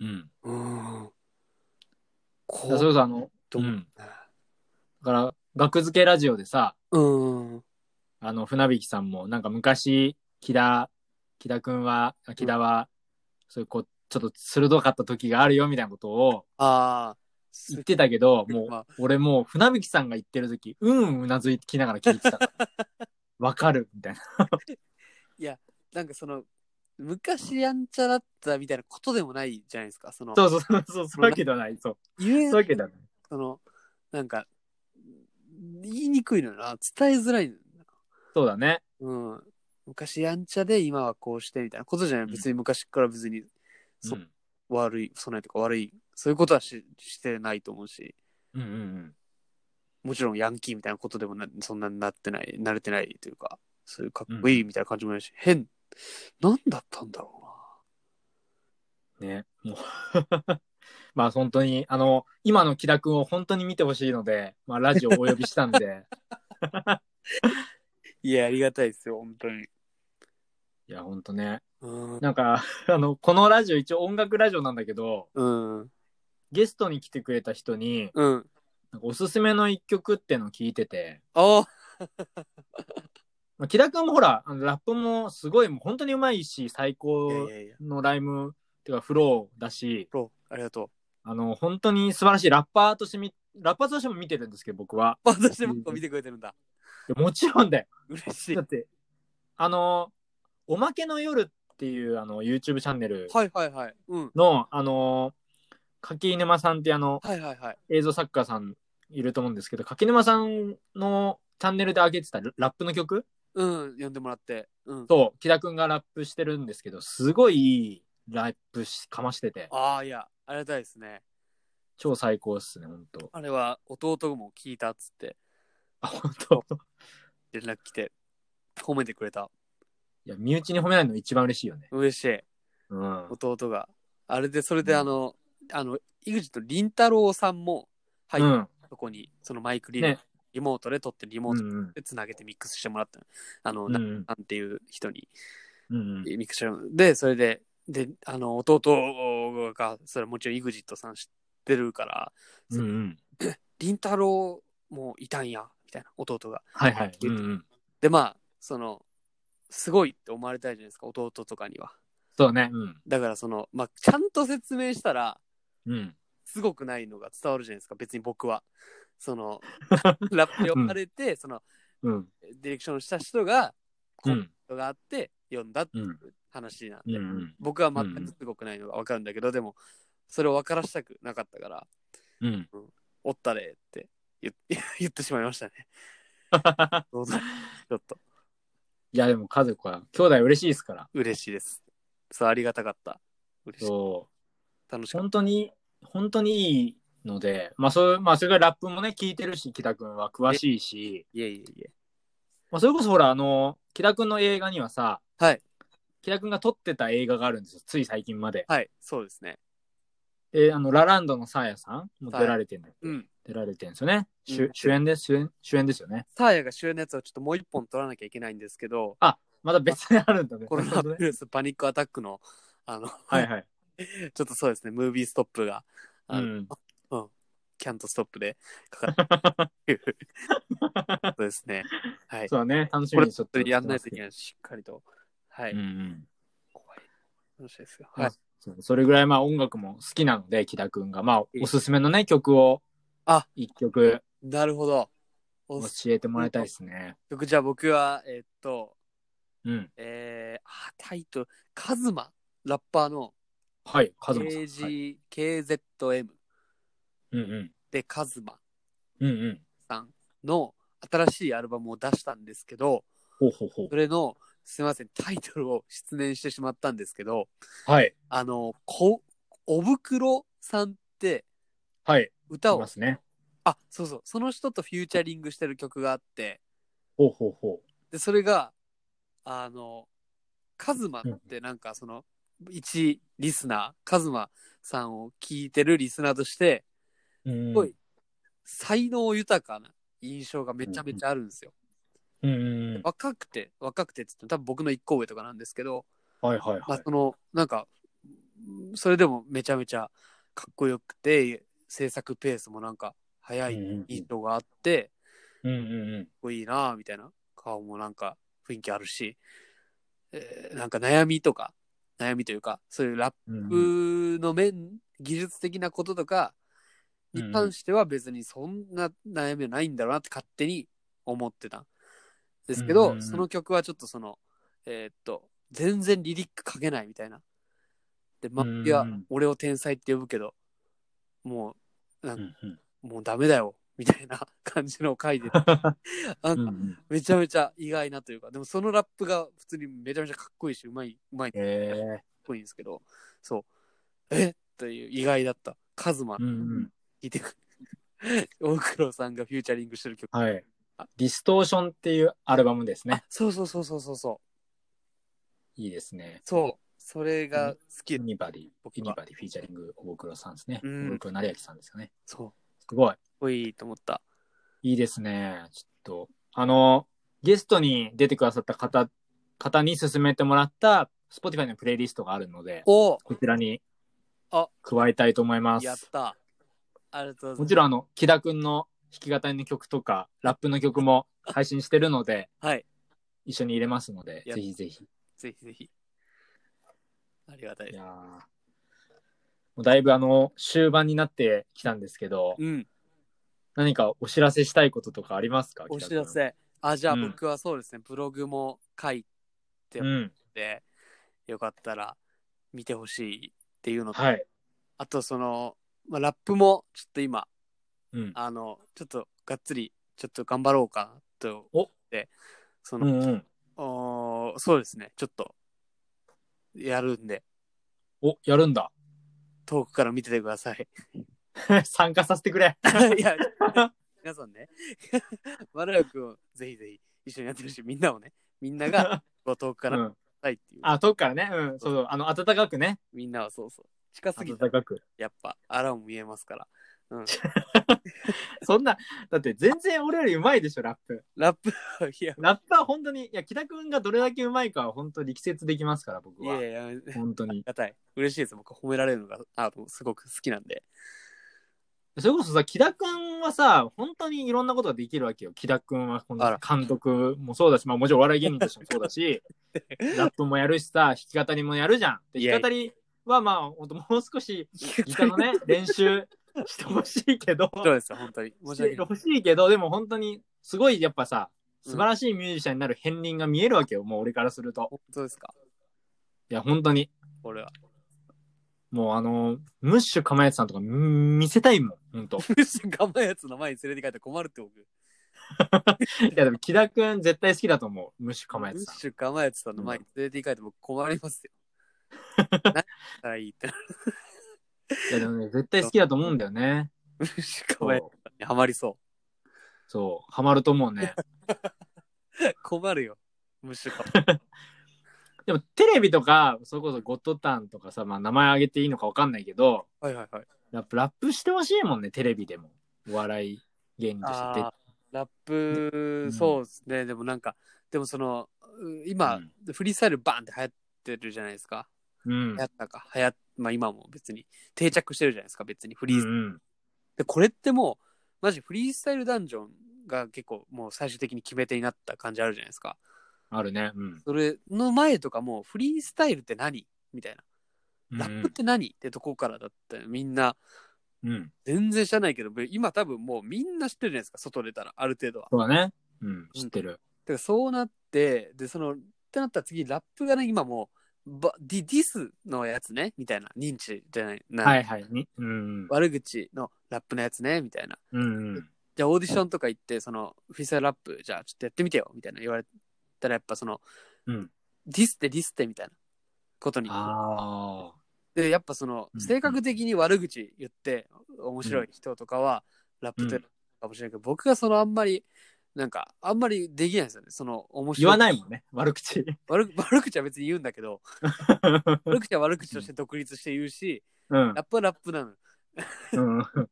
S1: うん。
S2: うーん。こ
S1: だからそれこ
S2: う、
S1: そあの、
S2: と思
S1: う
S2: うん
S1: だから、学付けラジオでさ、
S2: うん。
S1: あの、船引さんも、なんか昔、木田、木田くんは、あ木田は、そういう、こう、ちょっと鋭かった時があるよみたいなことを、
S2: ああ、
S1: 言ってたけど、も
S2: まあ
S1: う、俺もう、船引さんが言ってる時、うんうんうなずいてきながら聞い
S2: (laughs)
S1: てたから。わかるみたいな。
S2: なんかその、昔やんちゃだったみたいなことでもないじゃないですか。その、
S1: そうそうそう、そうそういうわけではない。そう。
S2: 言え
S1: そういうわけではない。
S2: その、なんか、言いにくいのよな。伝えづらいのよな。
S1: そうだね。
S2: うん。昔やんちゃで今はこうしてみたいなことじゃない。
S1: うん
S2: 別に昔から別に、
S1: う
S2: そ
S1: ん。
S2: 悪い、備えとか悪い、そういうことはししてないと思うし、
S1: うんうんうん。
S2: もちろんヤンキーみたいなことでもなそんなになってない、慣れてないというか、そういうかっこいいみたいな感じもないし、変、なんだったんだろうな。
S1: ね、もう (laughs) まあ本当に、あの、今の木田くんを本当に見てほしいので、まあラジオお呼びしたん
S2: (laughs)
S1: で、
S2: いや、ありがたいですよ、本当に。
S1: いや、本当ね。
S2: うん。
S1: なんか、あの、このラジオ一応音楽ラジオなんだけど、
S2: うん。
S1: ゲストに来てくれた人に、
S2: うん。
S1: なんかおすすめの一曲ってのを聞いてて、
S2: ああ、
S1: まあ、木田くんもほら、あのラップもすごい、もう本当にうまいし、最
S2: い
S1: 高
S2: やいやいや、
S1: のライム、てかフローだし、
S2: ロー、ありがとう。 (laughs)
S1: あの、本当に素晴らしいラッパーとしてみ、ラッパーとしても見てるんですけど、僕は。
S2: 私でも見てくれてるんだ。
S1: いやもちろんだよ。
S2: 嬉し (laughs) い。
S1: だ
S2: は
S1: って、あの、おまけの夜っていうあの YouTube チャンネル
S2: いはいはい。うん。
S1: の、あの、柿沼さんっていうあの、
S2: はいはいはい。
S1: 映像作家さんいると思うんですけど、柿沼さんのチャンネルで上げてたララップの曲
S2: うん、呼んでもらって。うん。
S1: と、木田くんがラップしてるんですけど、すごいいいラップしかましてて、
S2: ああ、いや、ありがたいですね。
S1: 超最高っすね、ほんと。
S2: あれは弟も聞いたっつって
S1: あ、ほんと。
S2: 連絡来て褒めてくれた。
S1: いや、身内に褒められるの一番嬉しいよね。
S2: 嬉しい。
S1: うん。
S2: 弟が。あれで、それで
S1: うん
S2: あの、あの、井口と凛太郎さんも入
S1: う
S2: っ
S1: ん。
S2: たとこに、そのマイクリレー、
S1: ね
S2: リモートで撮ってリモ
S1: う
S2: ー
S1: ん
S2: ト
S1: うん。
S2: でつなげてミックスしてもらったの。あの、
S1: うんう。
S2: なんなんていう人に
S1: うんうん。
S2: ミックスしてもらうで、それで、で、あの、弟が、それはもちろん EXIT さん知ってるから、
S1: うんうん。
S2: 凛太郎もいたんや、みたいな、弟が。
S1: はいはい。うんうん。
S2: で、まあ、その、すごいって思われたいじゃないですか、弟とかには。
S1: そうね。うん。
S2: だから、その、まあ、ちゃんと説明したら、
S1: うん。
S2: すごくないのが伝わるじゃないですか、別に僕は。そ
S1: (laughs)
S2: の、ラップ呼ばれて、その、
S1: うん。
S2: ディレクションした人が、
S1: う
S2: コメン
S1: ん。
S2: トがあって、読んだって
S1: う
S2: い
S1: ん。
S2: う話なん
S1: う
S2: で、
S1: んうん。
S2: 僕は全くすごくないのがわかるんだけど、でも、それを分からしたくなかったから、
S1: うん。
S2: おったれって言っ (laughs) 言ってしまいま
S1: (laughs)
S2: したね。どうぞちょっと、
S1: いや、でも家族は、兄弟嬉しいですから。
S2: 嬉しいです。そう、ありがたかった。嬉しい。
S1: そう。
S2: 楽しかっ
S1: 本当に、本当にいいので、まあ、そう、まあ、それからラップもね、聞いてるし、木田くんは詳しいし、
S2: た。いえいえいえ。
S1: まあ、それこそほら、あの、木田くんの映画にはさ、
S2: はい。
S1: 木田くんが撮ってた映画があるんですよ、つい最近まで。
S2: はい、そうですね。
S1: で、あの、ラランドのサーヤさんも出られてるんだっけ、
S2: うん。
S1: 出られてるんですよね。主
S2: うん
S1: 主演です、主演、主演ですよね。
S2: サーヤが主演のやつをちょっともう一本取らなきゃいけないんですけ
S1: (laughs)
S2: ど、
S1: まだ別にあるんだね。
S2: コロナ
S1: なるほど
S2: ウイ
S1: ね
S2: ルスパニックアタックの、あの、
S1: はいはい。
S2: (laughs) ちょっとそうですね、ムービーストップが、
S1: う
S2: あの
S1: ん。
S2: キャントストップでかかったっ
S1: (laughs)
S2: ていうそうですね。はい。
S1: そうだね、楽し
S2: こ
S1: み
S2: れ
S1: に
S2: ち
S1: ち
S2: ょ
S1: ょ
S2: っ
S1: っ
S2: と
S1: と。
S2: やんないといけない、しっかりと。はい。
S1: うんうん。
S2: 怖い。楽しいですよ。
S1: ま
S2: は
S1: あ
S2: い。
S1: そうそれぐらいまあ音楽も好きなので、木田くんが。まあ
S2: え、え
S1: おすすめのね、曲を、
S2: あ
S1: 一曲
S2: なるほど。お
S1: 教えてもらいたいですね。
S2: 曲じゃあ僕は、えっと、
S1: うん。
S2: えー、あ、タイトル、カズマ、ラッパーの
S1: はい、カズマさん。はい、
S2: KGKZM
S1: うんうん。
S2: でカズマ
S1: うんうん。
S2: さんの新しいアルバムを出したんですけど、
S1: ほうほうほ
S2: それの、すいません、タイトルを失念してしまったんですけど、
S1: う。はい、
S2: あの、こ、おぶくろさんって
S1: はい。
S2: 歌
S1: い
S2: を
S1: ま、すね。
S2: あ、そうそう、その人とフューチャリングしてる曲があって、
S1: ほうほうほ
S2: で、それが、あの、カズマってなんかその、一リスナー、カズマさんを聞いてるリスナーとして、
S1: う。うん。
S2: すごい。才能豊かな印象がめちゃめちゃあるんですよ。
S1: うんうんうん。
S2: 若くて、若くてって言っても多分僕の一個上とかなんですけど、
S1: はいはい
S2: ま
S1: は
S2: あ
S1: い。
S2: その、なんか、それでもめちゃめちゃかっこよくて、制作ペースもなんか早
S1: うん
S2: い
S1: うん
S2: 印象があって、
S1: うんうんうん。
S2: かっこいいなぁみたいな顔もなんか雰囲気あるし、えーなんか悩みとか悩みというかそういうラッ
S1: うんうん
S2: プの面、技術的なこととかに関しては別にそんな悩みはないんだろうなって勝手に思ってたんですけど、
S1: うんうんうん
S2: その曲はちょっとそのえーっと全然リリック書けないみたいなでマッピは
S1: うんうん
S2: 俺を天才って呼ぶけども
S1: うんうん。
S2: うもうダメだよみたいな (laughs) 感じのを
S1: (laughs)
S2: 書いててなん
S1: う
S2: か
S1: んうん。
S2: めちゃめちゃ意外なというか、でもそのラップが普通にめちゃめちゃかっこいいし、うまい、うまい、かっ
S1: え
S2: こいいんですけど、そう。えという意外だった。カズマ、
S1: うんうん。
S2: 聞いてく。 (laughs) 大黒さんがフューチャリングしてる曲。
S1: はい。ディストーションっていうアルバムですね。
S2: そうそうそうそうそうそう。
S1: いいですね。
S2: そう。それが好き。
S1: ユニバディ、
S2: 僕
S1: ユニ
S2: は。
S1: バディフィーチャリング、大黒さんですね。
S2: うん
S1: 大黒成明さんですよね。
S2: そう。かっ
S1: すごい。
S2: こいいと思った。
S1: いいですね。ちょっと、あの、ゲストに出てくださった方、方に勧めてもらった、Spotify のプレイリストがあるので、
S2: お
S1: こちらに
S2: あ
S1: 加えたいと思いま
S2: やっ
S1: す。
S2: た。ありがとうございます。
S1: もちろん、あの、木田くんの弾き語りの曲とか、ラップの曲も配信してるので、
S2: はい。
S1: 一緒に入れますので、
S2: いや
S1: ぜひぜひ。
S2: ぜひぜひ。ありがたい
S1: い
S2: です。
S1: やーもうだいぶあの、終盤になってきたんですけど、
S2: うん。
S1: 何かお知らせしたいこととかありますか
S2: お知ら。
S1: 木田
S2: せ。あ、じゃあ
S1: うん
S2: 僕はそうですね、ブログも書いせ
S1: 君うん。
S2: て、よかったら見てほしいっていうのと、
S1: はい。
S2: あとその、まあ、ラップもちょっと今、
S1: うん。
S2: あの、ちょっとがっつり、ちょっと頑張ろうかなと思って、そ
S1: うん
S2: の、
S1: うん。
S2: おーそうですね、ちょっと、やるんで、
S1: お、やるんだ。 (laughs)
S2: 遠くから見ててください。
S1: 参加させてくれ。
S2: いや、皆さんね、 (laughs) まろやくんをぜひぜひ一緒にやってほしい。みんなをね、みんながこう遠く
S1: (laughs)
S2: か
S1: う
S2: ら見
S1: ん、
S2: てくださいっていう。
S1: あ、遠くからね。うん。そうそう。あの、暖かくね。
S2: みんなはそうそう。近すぎ
S1: 暖
S2: て、
S1: かく。
S2: やっぱ、あらも見えますから。
S1: そんな、だって全然俺より上手いでしょ、ラップ。
S2: ラップは、いや、
S1: ラップは本当に、いや、木田くんがどれだけ上手いかは本当に力説できますから、僕
S2: いや
S1: は。
S2: いや、あり
S1: 本当に。
S2: がたい。嬉しいです。僕褒められるのが、あのすごく好きなんで。
S1: それこそさ、木田くんはさ、本当にいろんなことができるわけよ。木田くんは、こ
S2: あ
S1: の
S2: ら
S1: 監督もそうだし、まあもちろんお笑い芸人としてもそうだ
S2: (laughs)
S1: し、ラップもやるしさ、弾き語りもやるじゃん。で
S2: いや
S1: 弾き語りはまあ、本当もう少しギターの
S2: (laughs)
S1: ね、練習してほしいけど、
S2: そうですよ、本当に。申
S1: し
S2: し訳
S1: て
S2: ない。
S1: ほしいけど、でも本当に、すごいやっぱさ、素晴らしいミュージシャンになる片鱗が見えるわけよ、もう俺からすると。
S2: 本当ですか
S1: いや、本当に。
S2: 俺は。 (laughs)
S1: もうあの、ムッシュかまやつさんとかん見せたいもん、本当い
S2: むしろガマやつの前に連れて帰って困るって僕。
S1: や、でも木田くん絶対好きだと思う、ムッシュかまや
S2: む
S1: つさん。
S2: しろガマやつさんの前に連れて帰って僕困
S1: (laughs)
S2: りますよ。何したらいいって。
S1: いや、でもね、絶対好きだと思うんだよね。
S2: むしろガ
S1: そ
S2: マや
S1: う (laughs)
S2: つさ。んにハマりそう。
S1: そう、ハマると思う
S2: (laughs)
S1: ね。
S2: 困るよ。むしろか。
S1: (laughs) でもテレビとか、それこそゴッドタンとかさ、まあ名前挙げていいのかわかんないけど、
S2: はいはいはい。
S1: やっぱラップしてほしいもんね、テレビでも。お笑い芸人として出て
S2: あーラップ、
S1: うん
S2: そうですね。でもなんか、でもその、う今、
S1: うん
S2: フリースタイルバーンって流行ってるじゃないですか。
S1: うん
S2: 流行。ったか、流行っまあ今も別に定着してるじゃないですか、別にフ
S1: う
S2: リー
S1: ん
S2: スタイル。
S1: うん。
S2: で、これってもう、マジフリースタイルダンジョンが結構もう最終的に決め手になった感じあるじゃないですか。
S1: あるね。うん。
S2: それの前とかもフリースタイルって何みたいな。ラップって何、ってとこからだったよみんな
S1: うんうん。
S2: 全然知らないけど、今多分もうみんな知ってるじゃないですか、外出たら、ある程度は。
S1: そうだね。うん。知ってる。
S2: だからそうなって、で、その、ってなったら次、ラップがね、今もう、ばディディスのやつね、みたいな、認知じゃない、な
S1: はいはい。にうん。
S2: 悪口のラップのやつね、みたいな。
S1: うんうん。
S2: じゃあオーディションとか行って、その、フィーサーラップ、じゃあちょっとやってみてよ、みたいな言われたら、やっぱその、
S1: うん
S2: ディスってディスってみたいなことに。
S1: ああ。
S2: で、やっぱその
S1: う、ん
S2: 性格的に悪口言って、面白い人とかは、ラップってかもしれないけど、僕はそのあんまり、なんか、あんまりできないんですよね。その、面
S1: 言
S2: 白
S1: わ
S2: い
S1: ないもんね。悪口。
S2: 悪く (laughs) 悪口は別に言うんだけ
S1: (laughs)
S2: ど、悪口は悪口として独立して言うし、
S1: うん
S2: ラ。ップはラップなの。
S1: うん。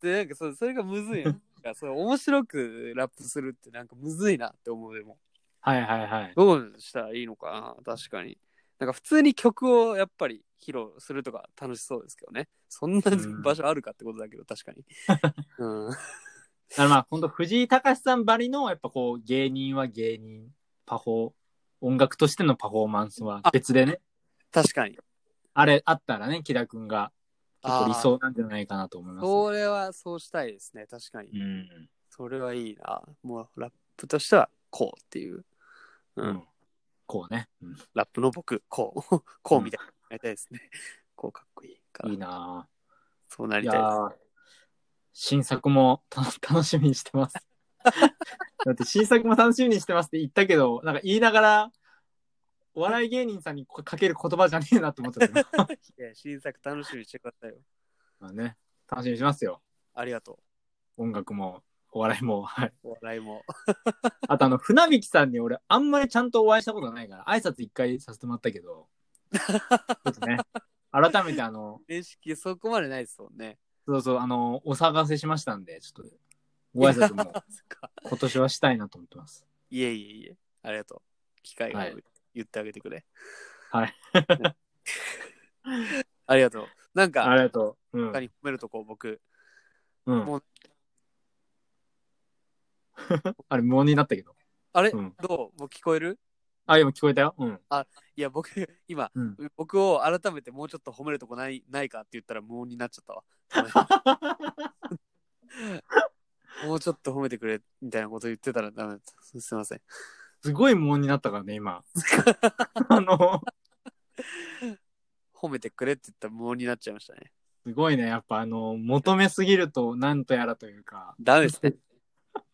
S2: で、なんかそそれがむ
S1: (laughs)
S2: ずいの。なんかそれ面白くラップするってなんかむずいなって思うでも。
S1: はいはいはい。
S2: どうしたらいいのかな確かに。なんか普通に曲をやっぱり披露するとか楽しそうですけどね。そんな
S1: うん
S2: 場所あるかってことだけど、確
S1: (laughs)
S2: かに。うん。
S1: だからまあ、本当藤井隆さんばりの、やっぱこう、芸人は芸人、パフォー、音楽としてのパフォーマンスは別でね、
S2: 確かに。
S1: あれあったらね、木田くんが、結構理
S2: あ
S1: 想なんじゃないかなと思い
S2: ー。
S1: ます、
S2: それはそうしたいですね。確かに。
S1: うん。
S2: それはいいな。もうラップとしてはこうっていう。
S1: う
S2: う
S1: んん。こうね。うん
S2: ラップの僕、こう、 (laughs) こうみたいな、やりたいですね。こうかっこいいから。
S1: いいな
S2: そうな
S1: ぁ。い
S2: りたい
S1: やー新作もた (laughs) 楽しみにして (laughs) ます。だって新作も楽しみにしてますって言ったけど、なんか言いながら、お笑い芸人さんに (laughs) かける言葉じゃねえなと思っちゃったけど
S2: いや新作楽しみにしてくださいよ。
S1: まあね、楽しみにしますよ。
S2: ありがと
S1: 音楽も、お笑いも。はい。
S2: う。お笑いも。
S1: (laughs) あとあの、船引さんに俺、あんまりちゃんとお会いしたことないから、挨拶一回させてもらったけど、ちょっ
S2: (laughs)
S1: とね、改めてあの、
S2: 面識そこまでないですもんね。
S1: そうそう、あの、お探せしましたんで、ちょっと、ご挨拶も
S2: (laughs) そっか
S1: 今年はしたいなと思ってます。
S2: いえいえいえ。ありがとう。機会を
S1: はい
S2: 言ってあげてくれ。
S1: はい。
S2: (laughs) ありがとう。な
S1: あ
S2: んか、
S1: りがとう。うん
S2: 他。に褒めるとこ僕、
S1: うん
S2: もう、
S1: (laughs) あれ、無音になったけど。
S2: あれ、
S1: うん
S2: どうもう聞こえる
S1: あ、今聞こえたよ。うん。
S2: いや、僕、 (laughs) 今、
S1: うん
S2: 僕を改めてもうちょっと褒めるとこないないかって言ったら無音になっちゃったわ。
S1: (laughs)
S2: もうちょっと褒めてくれみたいなこと言ってたらダメだった。すいません。
S1: すごい無音になったからね、
S2: (laughs)
S1: 今。あの、
S2: 褒めてくれって言ったら無音になっちゃいましたね。
S1: すごいね。やっぱあの、求めすぎると、なんとやらというか。
S2: ダメですね。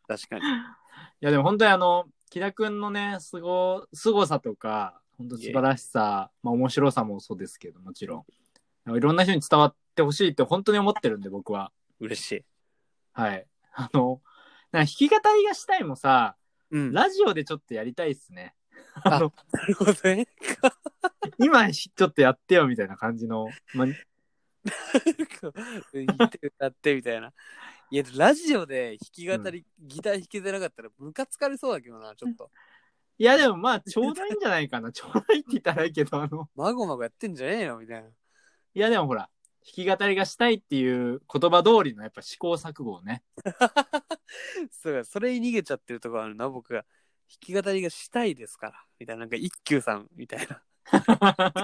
S2: 確かに。
S1: いやでも本当にあの、木田くんのね、すご、凄さとか、本当素晴らしさ、まあ面白さもそうですけど、もちろん。いろんな人に伝わってほしいって本当に思ってるんで、僕は。
S2: 嬉しい。
S1: はい。あの、なんか弾き語りがしたいもさ、
S2: うん。な
S1: ラジオでちょっとやりたいっすね。
S2: あ
S1: あの、
S2: るほどね。
S1: 今ちょっとやってよみたいな感じの、まあ、
S2: 言って歌ってみたいな。いや、ラジオで弾き語り、ギター弾けてなかったらムカつかれそうだけどな、ちょっと。
S1: いやでもまあ、ちょうどいいんじゃないかな。ちょうどいいって言ったらいいけど、あの、
S2: まごまごやってんじゃねえよ、みたいな。 (laughs)
S1: いやでもほら、弾き語りがしたいっていう言葉通りのやっぱ試行錯誤をね。
S2: そうだそれに逃げちゃってるとこあるな、僕が。弾き語りがしたいですから。みたいな、なんか一休さんみたいな。 (laughs)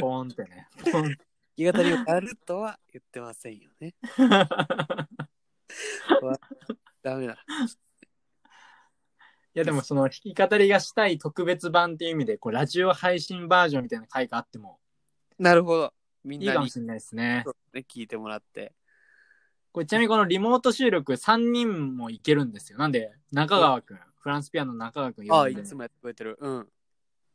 S1: ポーンってね。ポーンって
S2: 弾き語りをやるとは言ってませんよね。 (laughs)
S1: い
S2: ダメだ。
S1: やでもその弾き語りがしたい特別版っていう意味でこうラジオ配信バージョンみたいな回があっても
S2: なるほど。みん
S1: いい
S2: な
S1: かも
S2: に
S1: しれないですね
S2: そ。うね聞いてもらって。
S1: これちなみにこのリモート収録3人もいけるんですよ。なんで中川くん、フランスピアノの中川くん
S2: あ
S1: 呼
S2: あ、
S1: ん
S2: い
S1: で
S2: つもやってくれてる。うん。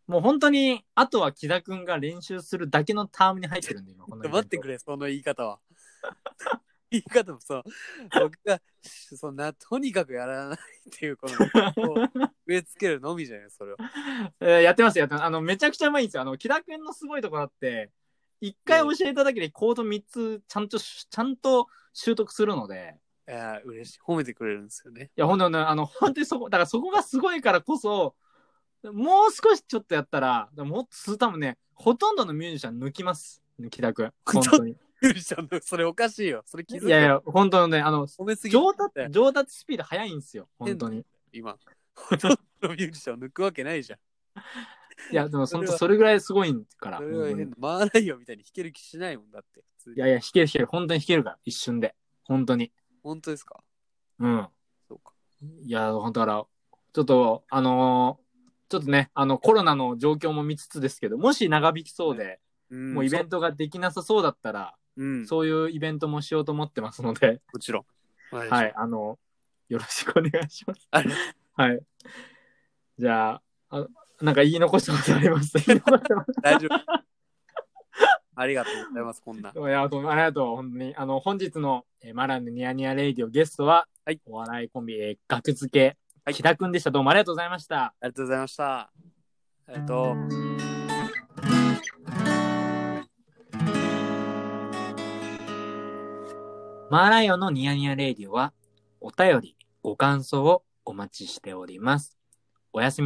S1: もう本当にあとは木田くんが練習するだけのタームに入ってるんで今このイベント
S2: 待ってくれ、その言い方は。 (laughs) 言い方もそう。僕が、そんな、とにかくやらないっていう、この、こう
S1: (laughs)
S2: 植え付けるのみじゃない、それは。
S1: えーやってますやってます。あの、めちゃくちゃうまいんですよ。あの、木田くんのすごいところって、一回教えただけでコード3つちゃんとし、ちゃんと習得するので、
S2: いやー、嬉しい。褒めてくれるんですよね。
S1: いや、ほんとほんとあの、本当にそこ、だからそこがすごいからこそ、もう少しちょっとやったら、もっと多分ね、ほとんどのミュージシャン抜きます。木田くん。本当に。
S2: ゆりちゃんの、それおかしいよ。それ気づく
S1: いやいや、本当のね、あの、
S2: 褒めすぎ
S1: 上
S2: だよ
S1: 達、上達スピード速いんですよ。本当に。
S2: 今。ほとんどのミュージシャンを抜くわけないじゃん。
S1: いや、でも本
S2: それ
S1: 当
S2: は
S1: それぐらいすごいから。
S2: そ
S1: 本
S2: れは
S1: 当に
S2: 変な。回らないよみたいに弾ける気しないもんだって。普通に
S1: いやいや、弾ける弾ける。本当に弾けるから。一瞬で。本当に。
S2: 本当ですか
S1: うん。
S2: そうか。
S1: いや、本当だから、ちょっと、あのーちょっとね、あの、コロナの状況も見つつですけど、もし長引きそうで、
S2: うん
S1: もうイベントができなさそうだったら、
S2: そううん。
S1: そういうイベントもしようと思ってますので、
S2: もちろん。は。
S1: はいい、あの、よろしくお願いします。
S2: あれ
S1: はい。じゃあ、あなんか言い残したことあり
S2: (laughs)
S1: ます。言い残したこ
S2: 大丈夫。
S1: (laughs)
S2: ありがとうございます、こんな。
S1: といや、どうもありがとう、本当に。あの、本日の、えーマランのニヤニヤレイディオゲストは、
S2: はい
S1: お笑いコンビ、えー、学付け、
S2: はい
S1: 木田くんでした。どうもありがとうございました。
S2: ありがとうございました。えっと。
S1: マーライオンのニヤニヤレイディオは、お便り、ご感想をお待ちしております。おやすみなさい